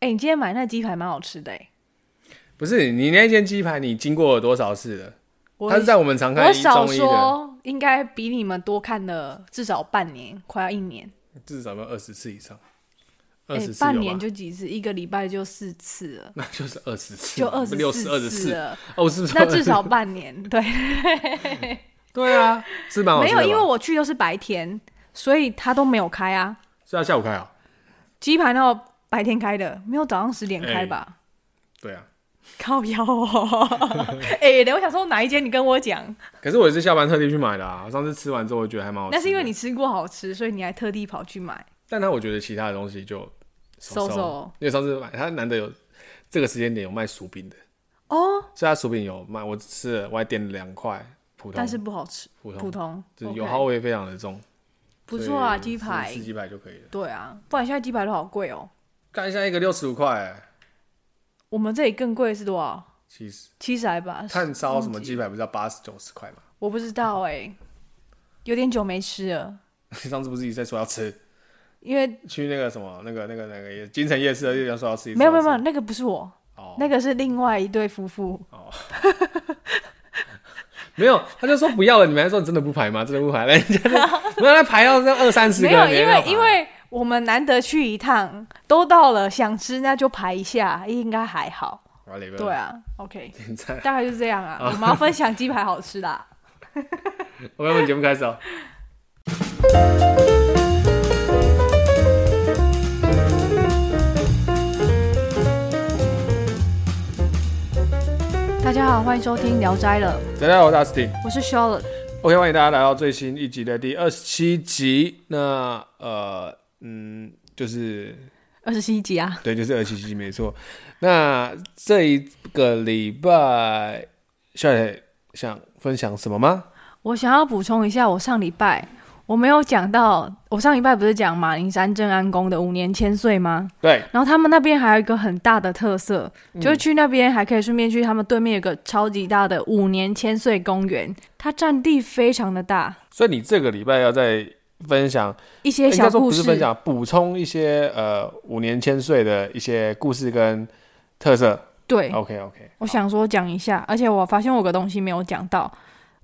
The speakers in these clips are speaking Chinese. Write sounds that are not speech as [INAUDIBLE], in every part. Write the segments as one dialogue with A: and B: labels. A: 哎、你今天买那鸡排蛮好吃的哎、
B: 不是你那间鸡排，你经过了多少次了？
A: 我
B: 它是在我们常
A: 我
B: 看一
A: 少
B: 中医的，
A: 说应该比你们多看了至少半年，快要一年。
B: 至少要二十次以上，
A: 哎、
B: 二十次
A: 半
B: 有
A: 年
B: 吧？
A: 就几次，一个礼拜就四次了，
B: [LAUGHS] 那就是二十次，
A: 就二十
B: 嗯六十二十
A: 次
B: 四 [LAUGHS]
A: 了。
B: 哦，是不是？
A: 那至少半年，对，
B: 对啊，是蛮
A: [LAUGHS]
B: 好
A: 没
B: 吃的
A: 有，
B: 吧。
A: 因为我去都是白天，所以他都没有开啊。
B: 是要下午开啊。
A: 鸡排那白天开的，没有早上十点
B: 哎
A: 开吧？
B: 对啊，
A: 靠腰哦！ [LAUGHS] 哎、等我想说哪一间，你跟我讲。
B: 可是我也是下班特地去买的啊。上次吃完之后，我觉得还蛮好吃的。
A: 那是因为你吃过好吃，所以你还特地跑去买。
B: 但他我觉得其他的东西就收
A: 收收
B: 因为上次买他难得有这个时间点有卖薯饼的，
A: 哦，
B: 所以他薯饼有卖，我吃了我还点了两块普通，
A: 但是不好吃，
B: 普通
A: 普通，
B: 就是油
A: OK
B: 耗味非常的重，
A: 不
B: 所以
A: 错啊，
B: 吃
A: 鸡排
B: 吃。鸡排就可以了。
A: 对啊，不然现在鸡排都好贵哦。
B: 看一下一个六十五块，
A: 我们这里更贵是多少？
B: 其实
A: 七十还八十？
B: 炭烧什么鸡排不是要八十九十块吗？ [LAUGHS]
A: 我不知道哎、有点久没吃了，
B: 上次不是一直在说要吃，
A: 因为
B: 去那个什么那个那个那个金城夜市的地方说要吃，
A: 没有没有没
B: 有
A: 有，那个不是我，
B: 哦
A: 那个是另外一对夫妇。
B: 没有，他就说不要了，你们还说你真的不排吗？真的不排，人家就
A: [LAUGHS]
B: 没有那排要要二三十个
A: 没
B: 人，
A: 有，
B: 你还
A: 因
B: 要
A: 为
B: 排
A: 因为我们难得去一趟，都到了，想吃那就排一下，应该还好。
B: 哇雷哥
A: 对啊，OK，
B: 你在
A: 大概就是这
B: [LAUGHS]
A: 样啊。我们要分享鸡排好吃啦。
B: 我们节目开始哦。
A: 大家好，欢迎收听《聊斋》了，
B: 大家好，我是 Dustin。
A: 我是 Charlotte。
B: OK，欢迎大家来到最新一集的第二十七集。那呃，嗯，就是
A: 二十七集啊，
B: 对，就是二十七集没错。那这一个礼拜，小磊想分享什么吗？
A: 我想要补充一下，我上礼拜我没有讲到，我上礼拜不是讲马灵山镇安宫的五年千岁吗？
B: 对，
A: 然后他们那边还有一个很大的特色，
B: 嗯
A: 就是去那边还可以顺便去他们对面有个超级大的五年千岁公园，它占地非常的大，
B: 所以你这个礼拜要再分享，
A: 一些
B: 应该
A: 小
B: 说
A: 故
B: 不是
A: 事。
B: 分享，补充一些呃五年千岁的一些故事跟特色。
A: 对，
B: OK OK，
A: 我想说讲一下，而且我发现我有个东西没有讲到，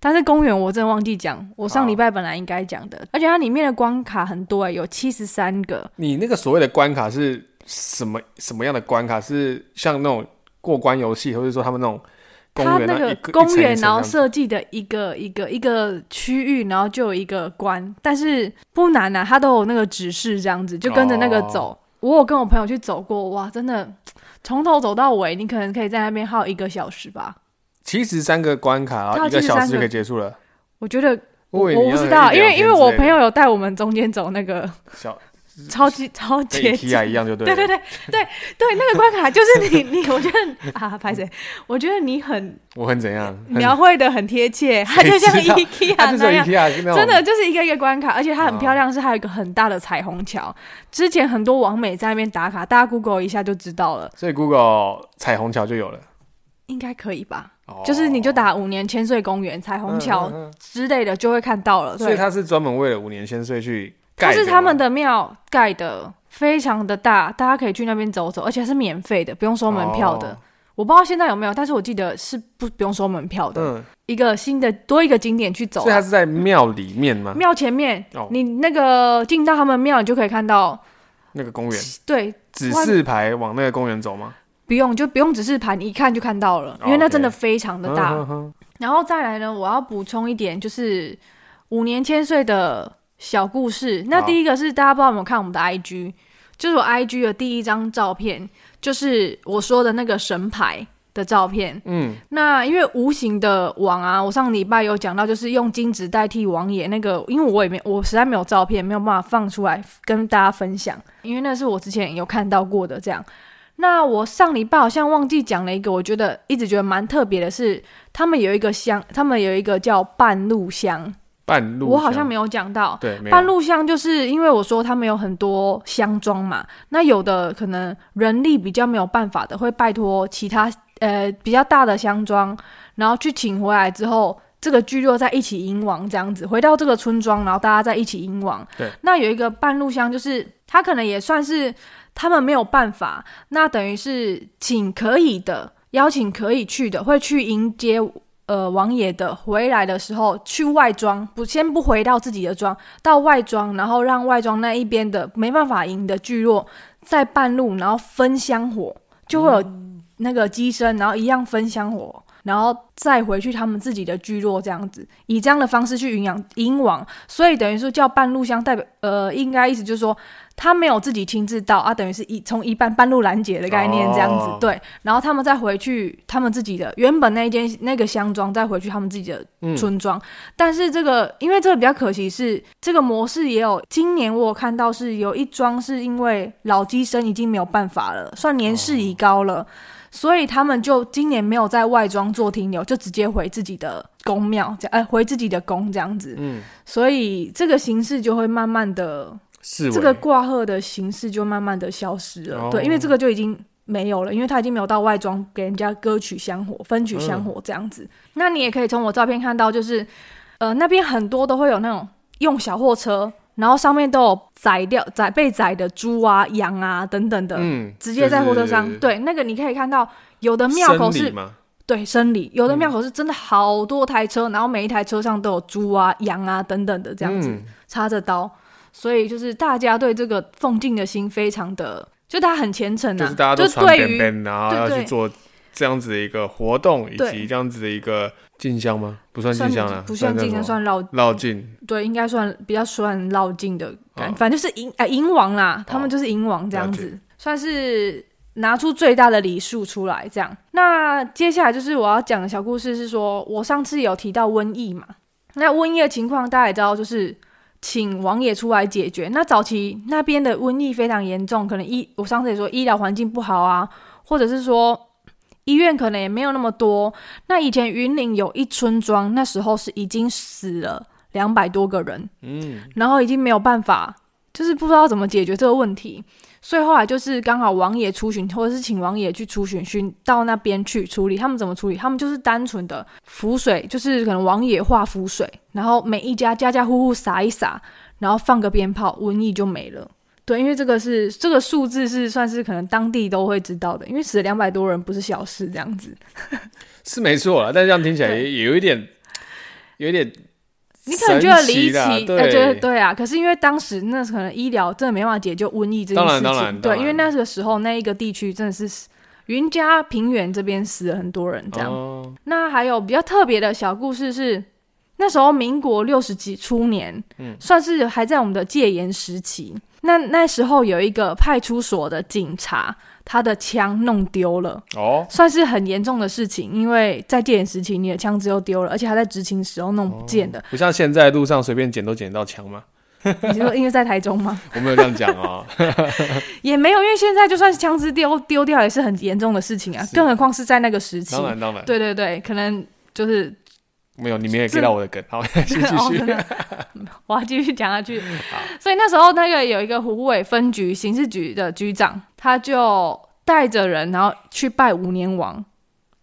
A: 但是公园我真的忘记讲，我上礼拜本来应该讲的，而且它里面的关卡很多、欸，有七十三个，
B: 你那个所谓的关卡是什么什么样的关卡？是像那种过关游戏，或者说他们那种公
A: 它
B: 园
A: 那
B: 啊
A: 个
B: 一一
A: 公
B: 层一
A: 园
B: 层
A: 然后
B: 这样
A: 设计的一个一个一个区域，然后就有一个关，但是不难啊，它都有那个指示这样子，就跟着那个
B: 哦
A: 走。我有跟我朋友去走过，哇，真的从头走到尾，你可能可以在那边耗一个小时吧。
B: 七十三个关卡，然后一个小时就可以结束了。
A: 我觉得我
B: 以为你
A: 我不
B: 要
A: 知道，
B: 一
A: 因为
B: 两
A: 因为
B: 天之
A: 我
B: 类的
A: 朋友有带我们中间走那个 [LAUGHS]
B: 小
A: 超
B: [LAUGHS]
A: 级超
B: 跟
A: 捷径
B: IKEA 一样就对
A: 对对
B: 了。
A: 对对对，那个关卡就是你你，我觉得啊，拍谁？我觉得你很
B: 我很
A: [LAUGHS]
B: 怎样？很
A: 描绘的很贴切，它就像
B: 谁知道
A: IKEA
B: 它就是
A: 那
B: 有
A: 样。
B: IKEA 那种
A: 真的就是一个一个关卡，而且它很
B: 哦
A: 漂亮，是还有一个很大的彩虹桥。之前很多网美在那边打卡，大家 Google 一下就知道了，
B: 所以 Google 彩虹桥就有了。
A: 应该可以吧？
B: 哦
A: [LAUGHS] 就是你就打五年千岁公园、彩虹桥
B: 嗯嗯
A: 之类的，就会看到了。
B: 嗯所以
A: 对，
B: 它是专门为了五年千岁去盖
A: 它
B: 的吗。
A: 是他们的庙盖的，非常的大，大家可以去那边走走，而且是免费的，不用收门票的。
B: 哦
A: 我不知道现在有没有，但是我记得是不不用收门票的，
B: 嗯，
A: 一个新的多一个景点去走
B: 所以
A: 啊、
B: 它是在庙里面吗？
A: 庙前面，
B: 哦
A: 你那个进到他们庙，你就可以看到，
B: 那个公园
A: 对，
B: 指
A: 外
B: 示牌往那个公园走吗？
A: 不用就不用指示牌，你一看就看到了，因为那
B: 哦 OK
A: 真的非常的大。
B: 嗯哼
A: 然后再来呢，我要补充一点，就是五年千岁的小故事。那
B: 好
A: 第一个是大家不知道有没有看我们的 IG，就是我 IG 的第一张照片，就是我说的那个神牌的照片。
B: 嗯，
A: 那因为无形的网啊，我上礼拜有讲到，就是用金纸代替网页那个，因为我也没我实在没有照片，没有办法放出来跟大家分享，因为那是我之前有看到过的这样。那我上礼拜好像忘记讲了一个，我觉得一直觉得蛮特别的是，他们有一个香，他们有一个叫半路香，
B: 半路
A: 我好像
B: 香
A: 没有讲到，
B: 对，没有
A: 半路香就是因为我说他们有很多香庄嘛，那有的可能人力比较没有办法的，会拜托其他呃比较大的香庄，然后去请回来之后，这个聚落在一起迎王这样子，回到这个村庄，然后大家在一起迎王。
B: 对，
A: 那有一个半路香，就是它可能也算是他们没有办法，那等于是请可以的，邀请可以去的，会去迎接呃王爷的。回来的时候去外庄，不先不回到自己的庄，到外庄，然后让外庄那一边的没办法赢的聚落，在半路然后分香火，就会有那个机身，然后一样分香火。然后再回去他们自己的聚落，这样子以这样的方式去营养迎王，所以等于说叫半路乡代表，呃，应该意思就是说他没有自己亲自到啊，等于是一从一半半路拦截的概念这样子，
B: 哦
A: 对。然后他们再回去他们自己的原本那一间那个乡庄，再回去他们自己的
B: 嗯
A: 村庄。但是这个因为这个比较可惜是这个模式也有，今年我有看到是有一桩是因为老机身已经没有办法了，算年事已高了。所以他们就今年没有在外庄做停留，就直接回自己的宫庙，这样呃回自己的宫这样子。
B: 嗯，
A: 所以这个形式就会慢慢的，
B: 是
A: 这个挂贺的形式就慢慢的消失了。
B: 哦
A: 对，因为这个就已经没有了，因为他已经没有到外庄给人家歌曲香火、分曲香
B: 嗯
A: 火这样子。那你也可以从我照片看到，就是呃那边很多都会有那种用小货车，然后上面都有宰掉、宰被宰的猪啊、羊啊等等的。
B: 嗯，
A: 直接在火车上，
B: 就是
A: 对，那个你可以看到，有的庙口
B: 生
A: 是
B: 理嘛嗯
A: 对生理，有的庙口是真的好多台车，然后每一台车上都有猪啊、羊啊等等的这样子、
B: 嗯
A: 插着刀，所以就是大家对这个奉敬的心非常的，就大家很虔诚啊，
B: 就是大家都
A: 就
B: 传
A: 对
B: 边
A: 于
B: 边，然后
A: 对
B: 要
A: 对
B: 去做这样子的一个活动，以
A: 对
B: 及这样子的一个进香吗？不算进
A: 算
B: 香了，
A: 不算进香，算
B: 算
A: 绕，
B: 绕境。
A: 对，应该算比较算绕境的感觉，
B: 哦
A: 反正就是迎呃迎王啦，他们就是迎王这样子，算是拿出最大的礼数出来这样。那接下来就是我要讲的小故事是说，我上次有提到瘟疫嘛，那瘟疫的情况大家也知道，就是请王爷出来解决。那早期那边的瘟疫非常严重，可能医我上次也说医疗环境不好啊，或者是说。医院可能也没有那么多。那以前云林有一村庄，那时候是已经死了两百多个人，
B: 嗯，
A: 然后已经没有办法，就是不知道怎么解决这个问题，所以后来就是刚好王爷出巡，或者是请王爷去出巡，巡到那边去处理。他们怎么处理？他们就是单纯的浮水，就是可能王爷画浮水，然后每一家家家户户撒一撒，然后放个鞭炮，瘟疫就没了。对，因为这个是这个数字是算是可能当地都会知道的，因为死了两百多人不是小事，这样子。
B: 是没错了，但这样听起来也也有一点，有一点
A: 你可能觉得离
B: 神奇啦
A: 奇，
B: 对
A: 呃觉得对啊。可是因为当时那可能医疗真的没办法解救瘟疫这件事情，
B: 当然当然当
A: 对，
B: 然
A: 因为那个时候那一个地区真的是云嘉平原这边死了很多人这样。
B: 哦
A: 那还有比较特别的小故事是，那时候民国六十几初年，
B: 嗯
A: 算是还在我们的戒严时期。那那时候有一个派出所的警察，他的枪弄丢了。
B: 哦，
A: 算是很严重的事情，因为在戒严时期，你的枪只有丢了，而且还在执勤时候
B: 哦
A: 弄不见的。
B: 不像现在路上随便捡都捡得到枪嘛，
A: 你就说因为在台中吗？
B: 我没有这样讲哦。
A: [LAUGHS] 也没有，因为现在就算是枪支丢丢掉也是很严重的事情啊，
B: 是
A: 更何况是在那个时期
B: 当。然当然，
A: 对对对，可能就是
B: 没有你们也
A: 这
B: get 到我的梗，好，继续
A: 哦，真
B: 继续。
A: 的，我要继续讲下去。所以那时候那个有一个虎尾分局刑事局的局长，他就带着人，然后去拜五年王，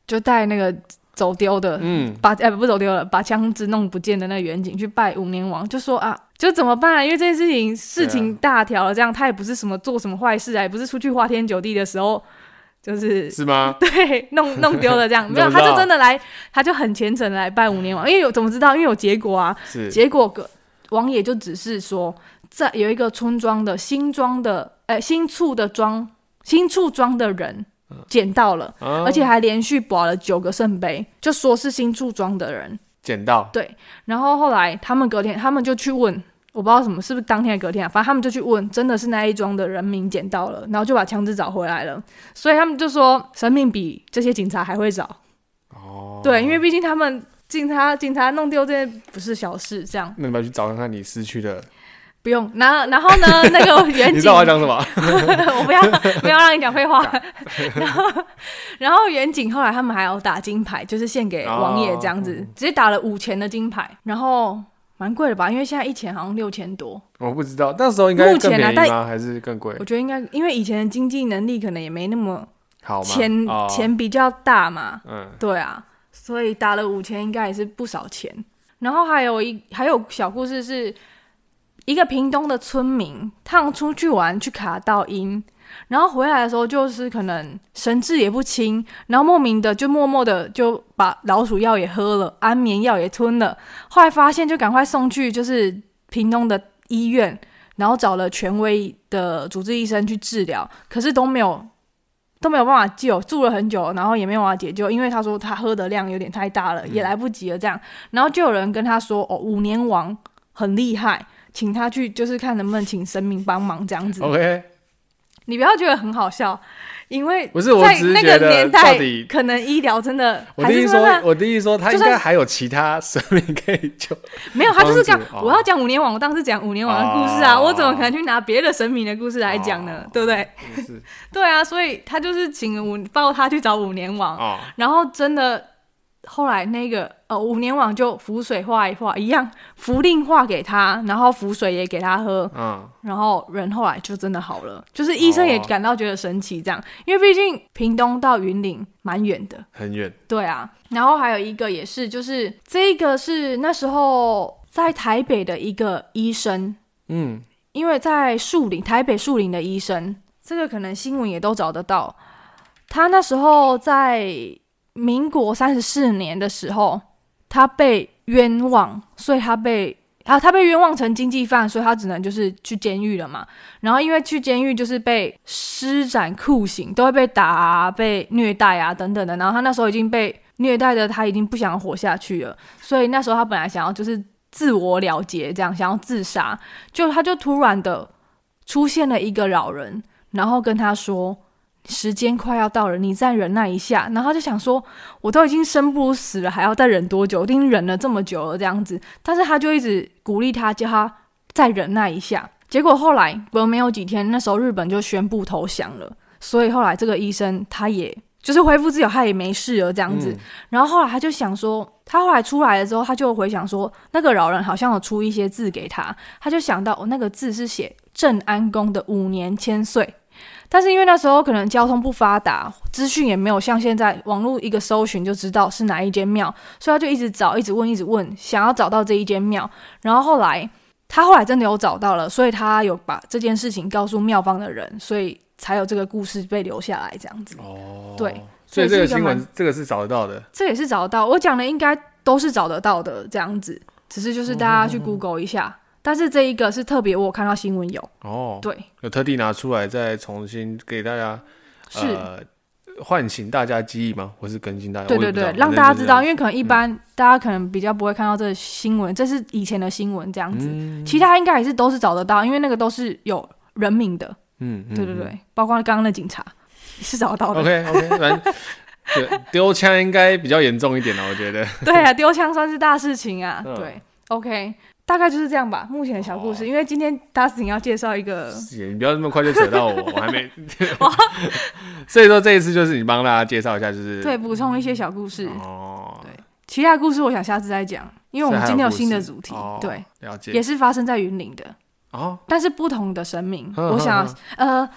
A: 就带那个走丢的
B: 嗯，
A: 把呃不走丢了，把枪支弄不见的那个远景去拜五年王，就说啊，就怎么办、啊？因为这件事情事情大条了，这样他也不是什么做什么坏事啊，也不是出去花天酒地的时候，就是 [LAUGHS]
B: 是吗？
A: 对弄弄丢了这样，
B: 你
A: 没
B: 怎
A: 有，
B: 么
A: 他
B: 知
A: 就
B: 道
A: 真的来，他就很虔诚的来拜五年王，因为有怎么知道？因为有结果啊，
B: 是
A: 结果个王爷就只是说，在有一个村庄的新庄的，呃新处的庄新处庄的人捡到了，
B: 啊
A: 而且还连续保了九个圣杯，就说是新驻庄的人。
B: 捡到，
A: 然后后来他们隔天，他们就去问，我不知道什么是不是当天还隔天啊，反正他们就去问，真的是那一庄的人民捡到了，然后就把枪支找回来了。所以他们就说，神明比这些警察还会找。
B: 哦，
A: 对，因为毕竟他们警察警察弄丢这些不是小事，这样
B: 那你们去找看看你失去的，
A: 不用。然后然后呢，
B: [LAUGHS]
A: 那个远
B: 你知
A: 景
B: 道我要讲什么？
A: [LAUGHS]
B: [LAUGHS]
A: 我不要，不要让你讲废话。 [LAUGHS] 然后，然后远景后来他们还有打金牌，就是献给王爷这样子，
B: 哦嗯
A: 直接打了五钱的金牌，然后蛮贵的吧？因为现在一钱好像六千多，
B: 我不知道，那时候应该
A: 目
B: 更
A: 前啊
B: 便宜
A: 但
B: 吗？还是更贵
A: 我？觉得应该因为以前的经济能力可能也没那么
B: 好吗？
A: 钱
B: 哦，
A: 钱比较大嘛，
B: 嗯，
A: 对啊，所以打了五千应该也是不少钱。然后还有一还有小故事是，一个屏东的村民，他们出去玩去卡到音，然后回来的时候就是可能神志也不清，然后莫名的就默默的就把老鼠药也喝了，安眠药也吞了，后来发现就赶快送去就是屏东的医院，然后找了权威的主治医生去治疗，可是都没有。都没有办法救，住了很久，然后也没有办法解救，因为他说他喝的量有点太大了，也来不及了这样。然后就有人跟他说：“哦，五年王很厉害，请他去，就是看能不能请神明帮忙这样子。”
B: OK，
A: 你不要觉得很好笑，因为
B: 不是我
A: 在
B: 只是
A: 那
B: 觉
A: 个
B: 得
A: 年
B: 到
A: 代
B: 底，
A: 可能医疗真的
B: 我
A: 还
B: 的意
A: 是
B: 思
A: 慢
B: 说，
A: 慢
B: 我的意思说，他
A: 就
B: 应
A: 算
B: 该还有其他生命可以救。
A: 没有，他就是这样
B: 帮。助啊
A: 我要讲五年网，我当时讲五年网的故事啊，
B: 哦
A: 我怎么可能去拿别的神明的故事来讲呢？
B: 哦
A: 对不对？
B: 就是
A: 对啊，所以他就是请五抱他去找五年网，
B: [LAUGHS] 哦，
A: 然后真的后来那个呃五年网就符水画一画，一样符令画给他，然后符水也给他喝，
B: 嗯，
A: 然后人后来就真的好了，就是医生也
B: 哦
A: 感到觉得神奇，这样，因为毕竟屏东到云林蛮远的，
B: 很远，
A: 对啊。然后还有一个也是，就是这个是那时候在台北的一个医生，
B: 嗯，
A: 因为在树林，台北树林的医生，这个可能新闻也都找得到。他那时候在民国三十四年的时候，他被冤枉，所以他被啊，他被冤枉成经济犯，所以他只能就是去监狱了嘛。然后因为去监狱就是被施展酷刑，都会被打、啊、被虐待啊等等的。然后他那时候已经被虐待的，他已经不想活下去了，所以那时候他本来想要就是自我了结，这样想要自杀，就他就突然的出现了一个老人，然后跟他说。时间快要到了，你再忍耐一下。然后他就想说，我都已经生不如死了，还要再忍多久？我已经忍了这么久了，这样子。但是他就一直鼓励他，叫他再忍耐一下。结果后来隔没有几天，那时候日本就宣布投降了，所以后来这个医生他也就是恢复自由，他也没事了这
B: 这
A: 样子。然后后来他就想说，他后来出来了之后，他就回想说，那个老人好像有出一些字给他，他就想到哦，那个字是写郑安公的五年千岁。但是因为那时候可能交通不发达，资讯也没有像现在网络一个搜寻就知道是哪一间庙，所以他就一直找，一直问，一直问，想要找到这一间庙。然后后来他后来真的有找到了，所以他有把这件事情告诉庙方的人，所以才有这个故事被留下来这样子。
B: 哦，
A: 对，
B: 所以
A: 所以是
B: 这个
A: 一个
B: 新闻
A: 蛮
B: 这个是找得到的，
A: 这也是找得到。我讲的应该都是找得到的，这样子，只是就是大家去 Google
B: 嗯
A: 一下。但是这一个是特别，我有看到新闻有，
B: 哦，
A: 对，
B: 有特地拿出来再重新给大家
A: 是，
B: 呃唤醒大家记忆吗？或是更新大家？
A: 对
B: 我
A: 对
B: 也不知道
A: 对，让大家知道，，
B: 反
A: 因为可能一般、大家可能比较不会看到这个新闻，这是以前的新闻这样
B: 正
A: 子，
B: 就是嗯
A: 其他应该也是都是找得到，因为那个都是有人名的，
B: 嗯，嗯
A: 对哦对对，。包括刚刚的警察是找得到的，
B: OK OK，反正对丢枪应该比较严重一点了，我觉得。
A: [LAUGHS] 对啊，丢枪算是大事情啊，
B: 嗯
A: 对，OK，大概就是这样吧，目前的小故事，
B: 哦
A: 因为今天 Dustin 要介绍一个
B: 也你不要那么快就扯
A: [LAUGHS]
B: 到我，我还没。 [LAUGHS] 所以说这一次就是你帮大家介绍一下，就是
A: 对，补充一些小故事。
B: 哦，
A: 对其他故事我想下次再讲，因为我们今天有新的主题，
B: 所以还有故事
A: 对，，
B: 哦了解
A: 也是发生在云林的，
B: 哦，
A: 但是不同的神明。
B: 呵呵
A: 我想
B: 呵，
A: 呃，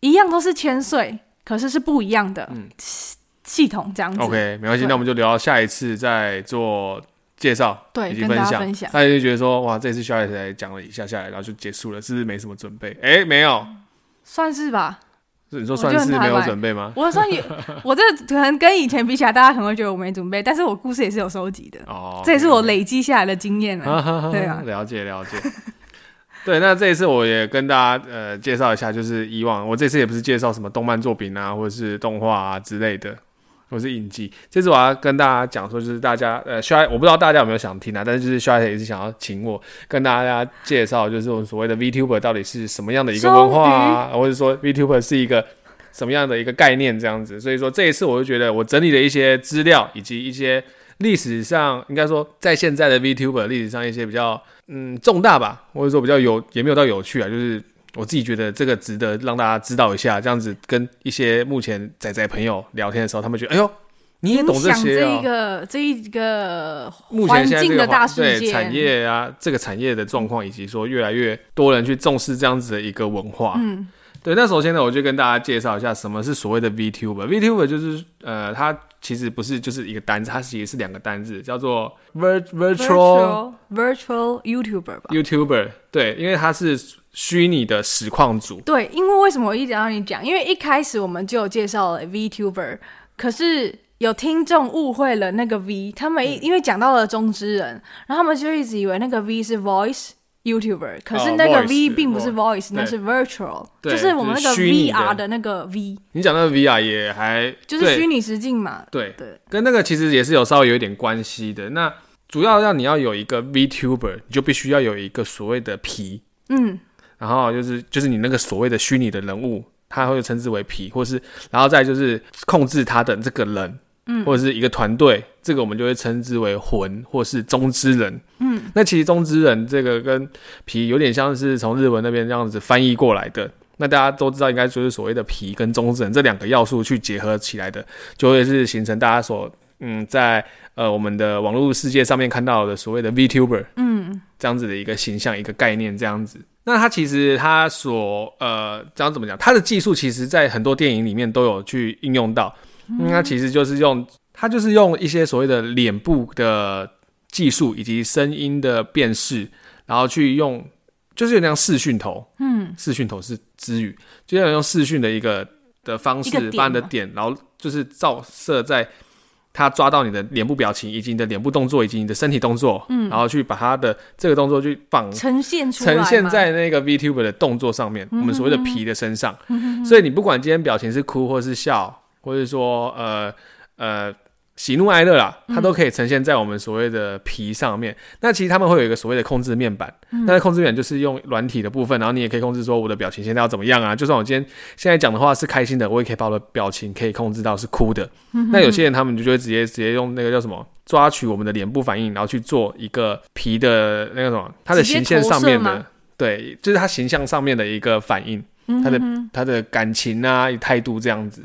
A: 一样都是千岁，可是是不一样的
B: 嗯
A: 系系统这样子。
B: OK，没关系，
A: 对
B: 那我们就留到下一次再做介绍，
A: 对
B: 以及
A: 跟
B: 分
A: 大家
B: 享。
A: 分享
B: 大家就觉得说，哇，这次下来讲了一下下来，然后就结束了，是不是没什么准备？哎，没有，
A: 算是吧。
B: 是你说
A: 我
B: 算
A: 就很
B: 是没
A: 坦
B: 有
A: 白
B: 准备吗？
A: 我算
B: [LAUGHS]
A: 也，我这可能跟以前比起来，大家可能会觉得我没准备，但是我故事也是有收集的，
B: 哦，
A: 这也是
B: OK，OK
A: 我累积下来的经验了。对啊
B: 了解了解。 [LAUGHS] 对，那这一次我也跟大家呃介绍一下，就是以往我这次也不是介绍什么动漫作品啊，或者是动画啊之类的，或是影集。这次我要跟大家讲说，就是大家呃，需要我不知道大家有没有想听啊，但是就是需要也是想要请我跟大家介绍，就是我们所谓的 VTuber 到底是什么样的一个文化啊，或者说 VTuber 是一个什么样的一个概念这样子。所以说这一次我就觉得我整理了一些资料以及一些历史上应该说在现在的 VTuber 历史上一些比较嗯重大吧，或者说比较有也没有到有趣啊，就是。我自己觉得这个值得让大家知道一下，这样子跟一些目前仔仔朋友聊天的时候，他们觉得，哎呦，你也
A: 影
B: 懂这
A: 响
B: 些、
A: 这
B: 啊。
A: 一个这一个
B: 目
A: 嗯
B: 前
A: 环
B: 现在这
A: 境
B: 个
A: 的
B: 环
A: 大事
B: 对
A: 件，
B: 产业啊，这个产业的状况，以及说越来越多人去重视这样子的一个文化，
A: 嗯，
B: 对，那首先呢，我就跟大家介绍一下什么是所谓的 VTuber。VTuber 就是呃，它其实不是就是一个单字，它其实是两个单字，叫做 vir virtual
A: virtual YouTuber 吧？
B: YouTuber。对，因为它是虚拟的实况组。
A: 对，因为为什么我一直让你讲？因为一开始我们就有介绍了 VTuber，可是有听众误会了那个 V，他们一、因为讲到了中之人，然后他们就一直以为那个 V 是 Voice。YouTuber，可是那个 V
B: 啊 voice，哦
A: 并不是 voice，、那
B: 对
A: 是 virtual，
B: 对
A: 就是我们那
B: 就
A: 个
B: 是虚拟的
A: VR 的那个 V，
B: 你讲那个 VR 也还
A: 就是
B: 对
A: 虚拟实境嘛。
B: 对，
A: 对，
B: 跟那个其实也是有稍微有一点关系的。那主要让你要有一个 VTuber，你就必须要有一个所谓的皮，
A: 嗯，
B: 然后就是就是你那个所谓的虚拟的人物，他会称之为皮，或是然后再就是控制他的这个人，嗯，或者是一个团队，这个我们就会称之为魂或是中之人，嗯，那其实中之人这个跟皮有点像是从日文那边这样子翻译过来的。那大家都知道，应该就是所谓的皮跟中之人这两个要素去结合起来的，就会是形成大家所嗯在呃我们的网络世界上面看到的所谓的 VTuber，这
A: 嗯
B: 样子的一个形象、一个概念这样子。那它其实它所呃，这样怎么讲？它的技术其实在很多电影里面都有去应用到。嗯，它其实就是用它就是用一些所谓的脸部的技术以及声音的辨识，然后去用就是有点像视讯头，嗯，视讯头是之语，就像用视讯的一个的方
A: 一个点
B: 式把你的
A: 吗
B: 点，然后就是照射在他抓到你的脸部表情，以及你的脸部动作，以及你的身体动作，嗯，然后去把他的这个动作去绑
A: 呈现出来嘛，嗯
B: 呈现在那个 VTuber 的动作上面，我们所谓的皮的身上。所以你不管今天表情是哭或是笑，或是说呃呃喜怒哀乐啦，它
A: 嗯
B: 都可以呈现在我们所谓的皮上面。那其实他们会有一个所谓的控制面板，
A: 嗯
B: 那控制面板就是用软体的部分，然后你也可以控制说我的表情现在要怎么样啊。就算我今天现在讲的话是开心的，我也可以把我的表情可以控制到是哭的。
A: 嗯
B: 那有些人他们就会直接直接用那个叫什么？抓取我们的脸部反应，然后去做一个皮的那个什么，它的
A: 直接
B: 形象
A: 投
B: 上
A: 射
B: 面
A: 吗
B: 的对，就是他形象上面的一个反应，他的
A: 嗯
B: 他的感情啊、态度这样子。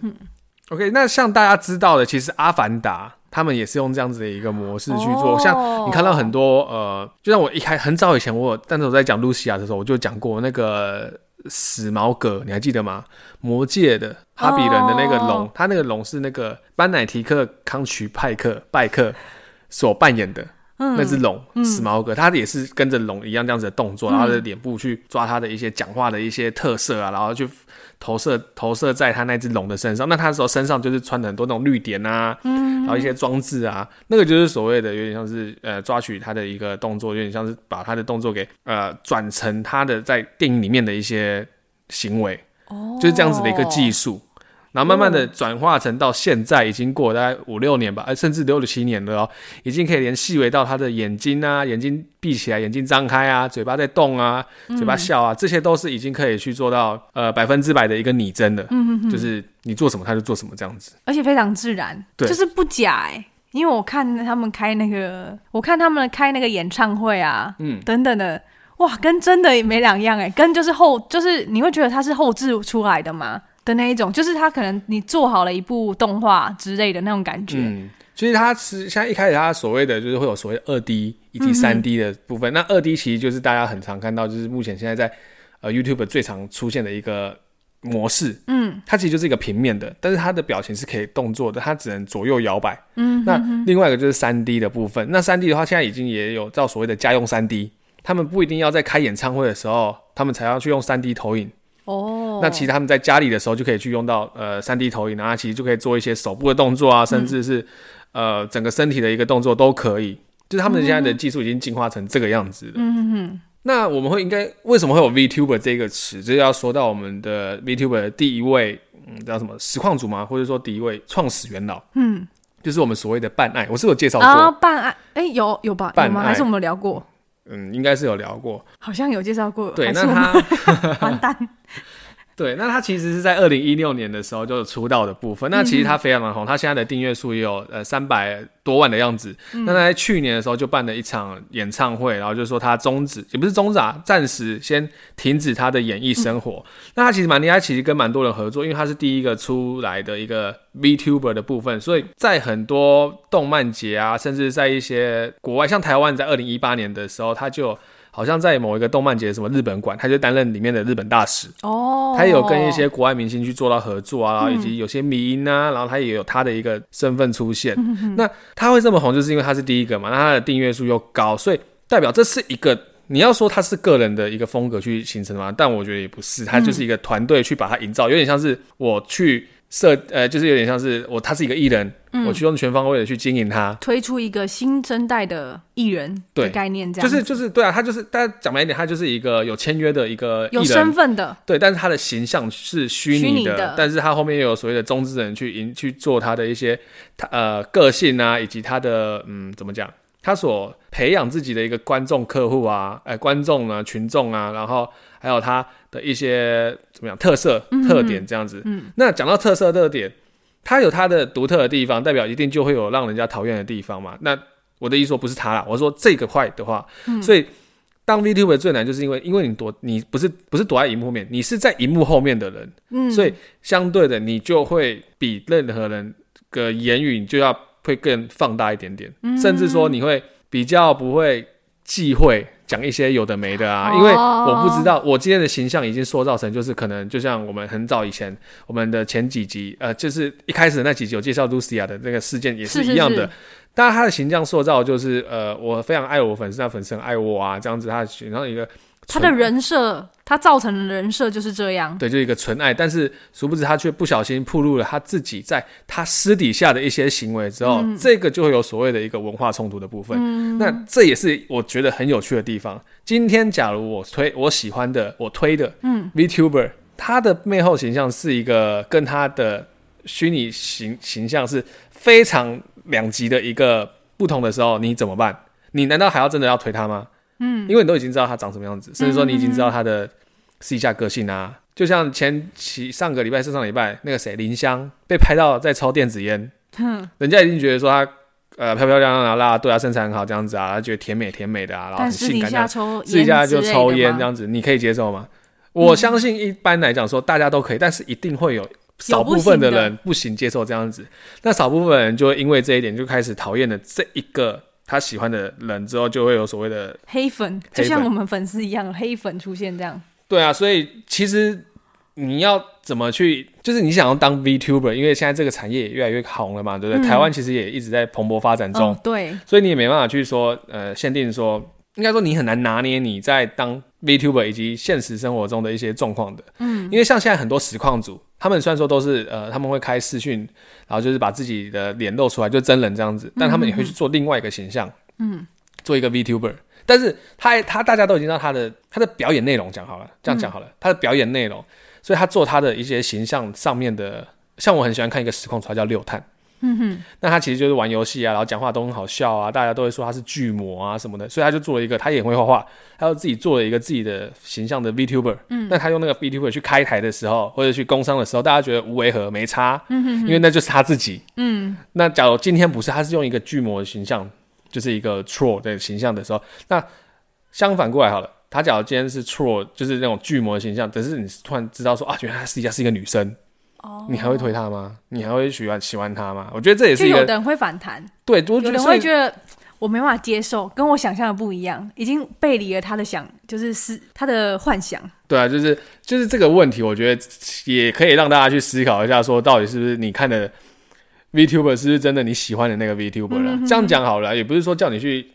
B: OK，那像大家知道的，其实《阿凡达》他们也是用这样子的一个模式去做，
A: 哦
B: 像你看到很多呃，就像我一开很早以前我有，但是我在讲露西亚的时候，我就讲过那个死毛格，你还记得吗？魔界的哈比人的那个龙，
A: 哦
B: 他那个龙是那个班乃提克·康曲派克拜克所扮演的。
A: 嗯
B: 那只龙死毛哥，他也是跟着龙一样这样子的动
A: 嗯
B: 作，然后他的脸部去抓他的一些讲话的一些特色啊，然后去投射投射在他那只龙的身上。那他那时候身上就是穿的很多那种绿点啊，然后一些装置啊，那个就是所谓的有点像是呃抓取他的一个动作，有点像是把他的动作给呃转成他的在电影里面的一些行为，
A: 哦
B: 就是这样子的一个技术。然后慢慢的转化成到现在已经过了大概五六年吧，呃，甚至六七年了哦，已经可以连细微到他的眼睛啊，眼睛闭起来，眼睛张开啊，嘴巴在动啊，嘴巴笑啊，这些都是已经可以去做到呃百分之百的一个拟真的，就是你做什么他就做什么这样子。
A: 而且非常自然，
B: 对
A: 就是不假哎、因为我看他们开那个，我看他们开那个演唱会啊，嗯，等等的，哇，跟真的也没两样哎、跟就是后，就是你会觉得它是后置出来的嘛的那一种，就是它可能你做好了一部动画之类的那种感觉，
B: 嗯，其实它是像一开始它所谓的就是会有所谓二 D 以及三 D 的部分。那二 D 其实就是大家很常看到，就是目前现在在呃 YouTube 最常出现的一个模式。嗯，它其实就是一个平面的，但是它的表情是可以动作的，它只能左右摇摆。嗯，那另外一个就是三 D 的部分。那三 D 的话，现在已经也有到所谓的家用三 D，他们不一定要在开演唱会的时候，他们才要去用三 D 投影。
A: 哦，
B: 那其实他们在家里的时候就可以去用到呃三 D 投影，然后其实就可以做一些手部的动作啊，甚至
A: 嗯
B: 是、呃整个身体的一个动作都可以。就是他们现在
A: 嗯
B: 的技术已经进化成这个样子了。嗯嗯那我们会应该为什么会有 VTuber 这个词？这要说到我们的 VTuber 的第一位，嗯，叫什么实况主吗？或者说第一位创始元老？嗯，就是我们所谓的办爱，我是有介绍过，
A: 然后办案，哎、有有吧？有
B: 办
A: 吗？
B: 案
A: 还是我们有聊过？
B: 嗯，应该是有聊过。
A: 好像有介绍过，
B: 对，
A: 还是
B: 那
A: 我们 [LAUGHS]
B: 他
A: 完蛋，
B: 对，那他其实是在二零一六年的时候就出道的部分。那其实他非常的红，他现在的订阅数也有呃三百多万的样子。那他在去年的时候就办了一场演唱会，然后就说他终止，也不是终止啊，暂时先停止他的演艺生活。那他其实蛮厉害，他其实跟蛮多人合作，因为他是第一个出来的一个 VTuber E 的部分，所以在很多动漫节啊，甚至在一些国外，像台湾在二零一八年的时候，他就有。好好像在某一个动漫节什么日本馆，他就担任里面的日本大使。
A: 哦，嗯
B: 他也有跟一些国外明星去做到合作啊，以及有些迷音啊，然后他也有他的一个身份出现。
A: 嗯
B: 那他会这么红，就是因为他是第一个嘛，那他的订阅数又高，所以代表这是一个你要说他是个人的一个风格去形成的嘛，但我觉得也不
A: 嗯
B: 是，他就是一个团队去把它营造，有点像是我去设，呃，就是有点像是我他是一个艺人，
A: 嗯
B: 我去用全方位的去经营他。
A: 推出一个新生代的艺人的
B: 对
A: 概念，这
B: 就
A: 样
B: 是
A: 子
B: 就是对啊，他就是大家讲白一点，他就是一个有签约的一个艺
A: 有
B: 人
A: 身，份的，
B: 对，但是他的形象是虚
A: 虚拟
B: 拟的，
A: 的
B: 但是他后面又有所谓的中之人去引去做他的一些他呃个性啊，以及他的嗯怎么讲，他所培养自己的一个观众客户啊，哎、观众啊群众啊，然后还有他的一些怎么样特色特点这样子。嗯，那讲到特色特点，他有他的独特的地方，代表一定就会有让人家讨厌的地方嘛。那我的意思说不是他啦，我说这个坏的话，所以当 VTuber 最难就是因为因为你躲你不是不是躲在荧幕后面，你是在荧幕后面的人，
A: 嗯，
B: 所以相对的你就会比任何人的言语你就要会更放大一点点，
A: 嗯
B: 甚至说你会比较不会忌讳。讲一些有的没的
A: 哦
B: 啊，因为我不知道我今天的形象已经塑造成就是可能就像我们很早以前我们的前几集，呃，就是一开始那几集有介绍 Lucia 的那个事件也
A: 是
B: 一样
A: 是
B: 的，
A: 是
B: 但他的形象塑造就是呃，我非常爱我粉丝，那粉丝很爱我啊，这样子他的形象一个
A: 他的
B: 纯
A: 人设，他造成的人设就是这样，
B: 对，就一个纯爱，但是殊不知他却不小心暴露了他自己在他私底下的一些行为之后，这个就会有所谓的一个文化冲突的部分。那这也是我觉得很有趣的地方。今天假如我推我喜欢的我推的嗯 VTuber，他的背后形象是一个跟他的虚拟形形象是非常两极的一个不同的时候，你怎么办？你难道还要真的要推他吗？嗯，因为你都已经知道他长什么样子，甚至说你已经知道他的私底下个性啊。就像前期上个礼拜、上上礼拜那个谁林湘被拍到在抽电子烟，人家已经觉得说他呃漂漂亮亮啊，啦啦队啊，身材很好这样子啊，他觉得甜美甜美的啊，然后
A: 但
B: 很
A: 私
B: 性
A: 底
B: 感这
A: 下
B: 样，
A: 抽
B: 私底下就抽烟
A: 这
B: 这样子，你可以接受吗？我相信一般来讲说大家都可以，但是一定会有少部分的人不行接受这样子，那少部分人就会因为这一点就开始讨厌了这一个他喜欢的人之后，就会有所谓的
A: 黑粉，就
B: 黑粉
A: 像我们粉丝一样，黑粉出现这样，
B: 对啊，所以其实你要怎么去，就是你想要当 VTuber，因为现在这个产业也越来越红了嘛，对不
A: 嗯
B: 对？台湾其实也一直在蓬勃发展中，
A: 嗯，对，
B: 所以你也没办法去说呃限定说，应该说你很难拿捏你在当 VTuber 以及现实生活中的一些状况的，嗯，因为像现在很多实况组，他们虽然说都是呃他们会开视讯，然后就是把自己的脸露出来，就真人这样子，但他们也会去做另外一个形象，嗯，做一个 VTuber。但是他他大家都已经知道他的他的表演内容讲好了，这样讲好了，他的表演内容，所以他做他的一些形象上面的，像我很喜欢看一个实况组，他叫六探，那他其实就是玩游戏啊，然后讲话都很好笑啊，大家都会说他是巨魔啊什么的，所以他就做了一个，他也会画画，他就自己做了一个自己的形象的 VTuber。嗯，那他用那个 VTuber 去开台的时候，或者去工商的时候，大家觉得无违和，没差，嗯因为那就是他自己。嗯，那假如今天不是，他是用一个巨魔的形象，就是一个 troll 的形象的时候，那相反过来好了。他假如今天是 troll，就是那种巨魔的形象，只是你突然知道说啊，原来他私底下是一个女生，哦，你还会推他吗？你还会喜欢喜欢他吗？我觉得这也
A: 就是
B: 一
A: 有
B: 个
A: 的人会反弹，
B: 对，我觉
A: 有
B: 得
A: 人
B: 所
A: 会
B: 以
A: 觉得我没办法接受，跟我想象的不一样，已经背离了他的想，就是是他的幻想，
B: 对啊，就是就是这个问题，我觉得也可以让大家去思考一下，说到底是不是你看的 VTuber 是不是真的你喜欢的那个
A: 嗯
B: VTuber 了？这样讲好了啊，也不是说叫你去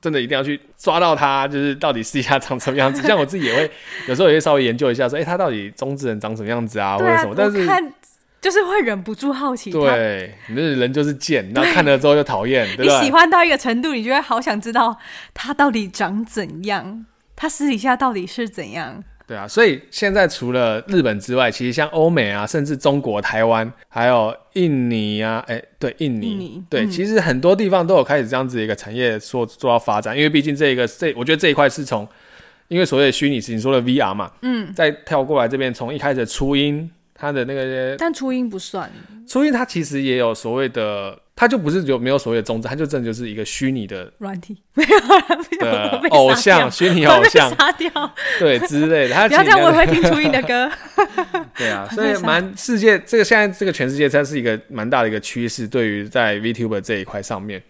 B: 真的一定要去抓到他，就是到底私底下长什么
A: [LAUGHS]
B: 样子。像我自己也会有时候也会稍微研究一下说、诶哎，他到底中之人长什么样子啊，或
A: 对
B: 者
A: 啊
B: 什么，，但
A: 我
B: 是。
A: 看就是会忍不住好奇他。
B: 对，你这人就是贱，那看了之后就讨厌，对啊
A: 你
B: 不对
A: 喜？欢到一个程度，你就会好想知道他到底长怎样，他私底下到底是怎样。
B: 对啊，所以现在除了日本之外，其实像欧美啊，甚至中国、台湾，还有印尼啊，哎、对，印尼，
A: 印尼嗯
B: 对，其实很多地方都有开始这样子的一个产业做做到发展，因为毕竟这个这，我觉得这一块是从，因为所谓的虚拟，你说的 VR 嘛，嗯，再跳过来这边，从一开始的初音，它的那个
A: 但初音不算，
B: 初音，它其实也有所谓的，它就不是有没有所谓的中资，它就真的就是一个虚拟的
A: 软体 [LAUGHS] 没有啦没有我 [LAUGHS]
B: 的
A: 被杀掉
B: 啊偶像，虚
A: [LAUGHS]
B: 拟
A: 我
B: 偶
A: 被
B: 像，
A: 杀掉，
B: 对之类的，它
A: 不要
B: 其
A: 这
B: 实
A: 样，我也会听初音的
B: [LAUGHS]
A: 歌。
B: 对啊，
A: 好
B: 所以
A: 像是
B: 蛮世界这个现在
A: 嗯
B: 这个全世界它是一个蛮大的一个趋势，对于在 VTuber 这一块上面。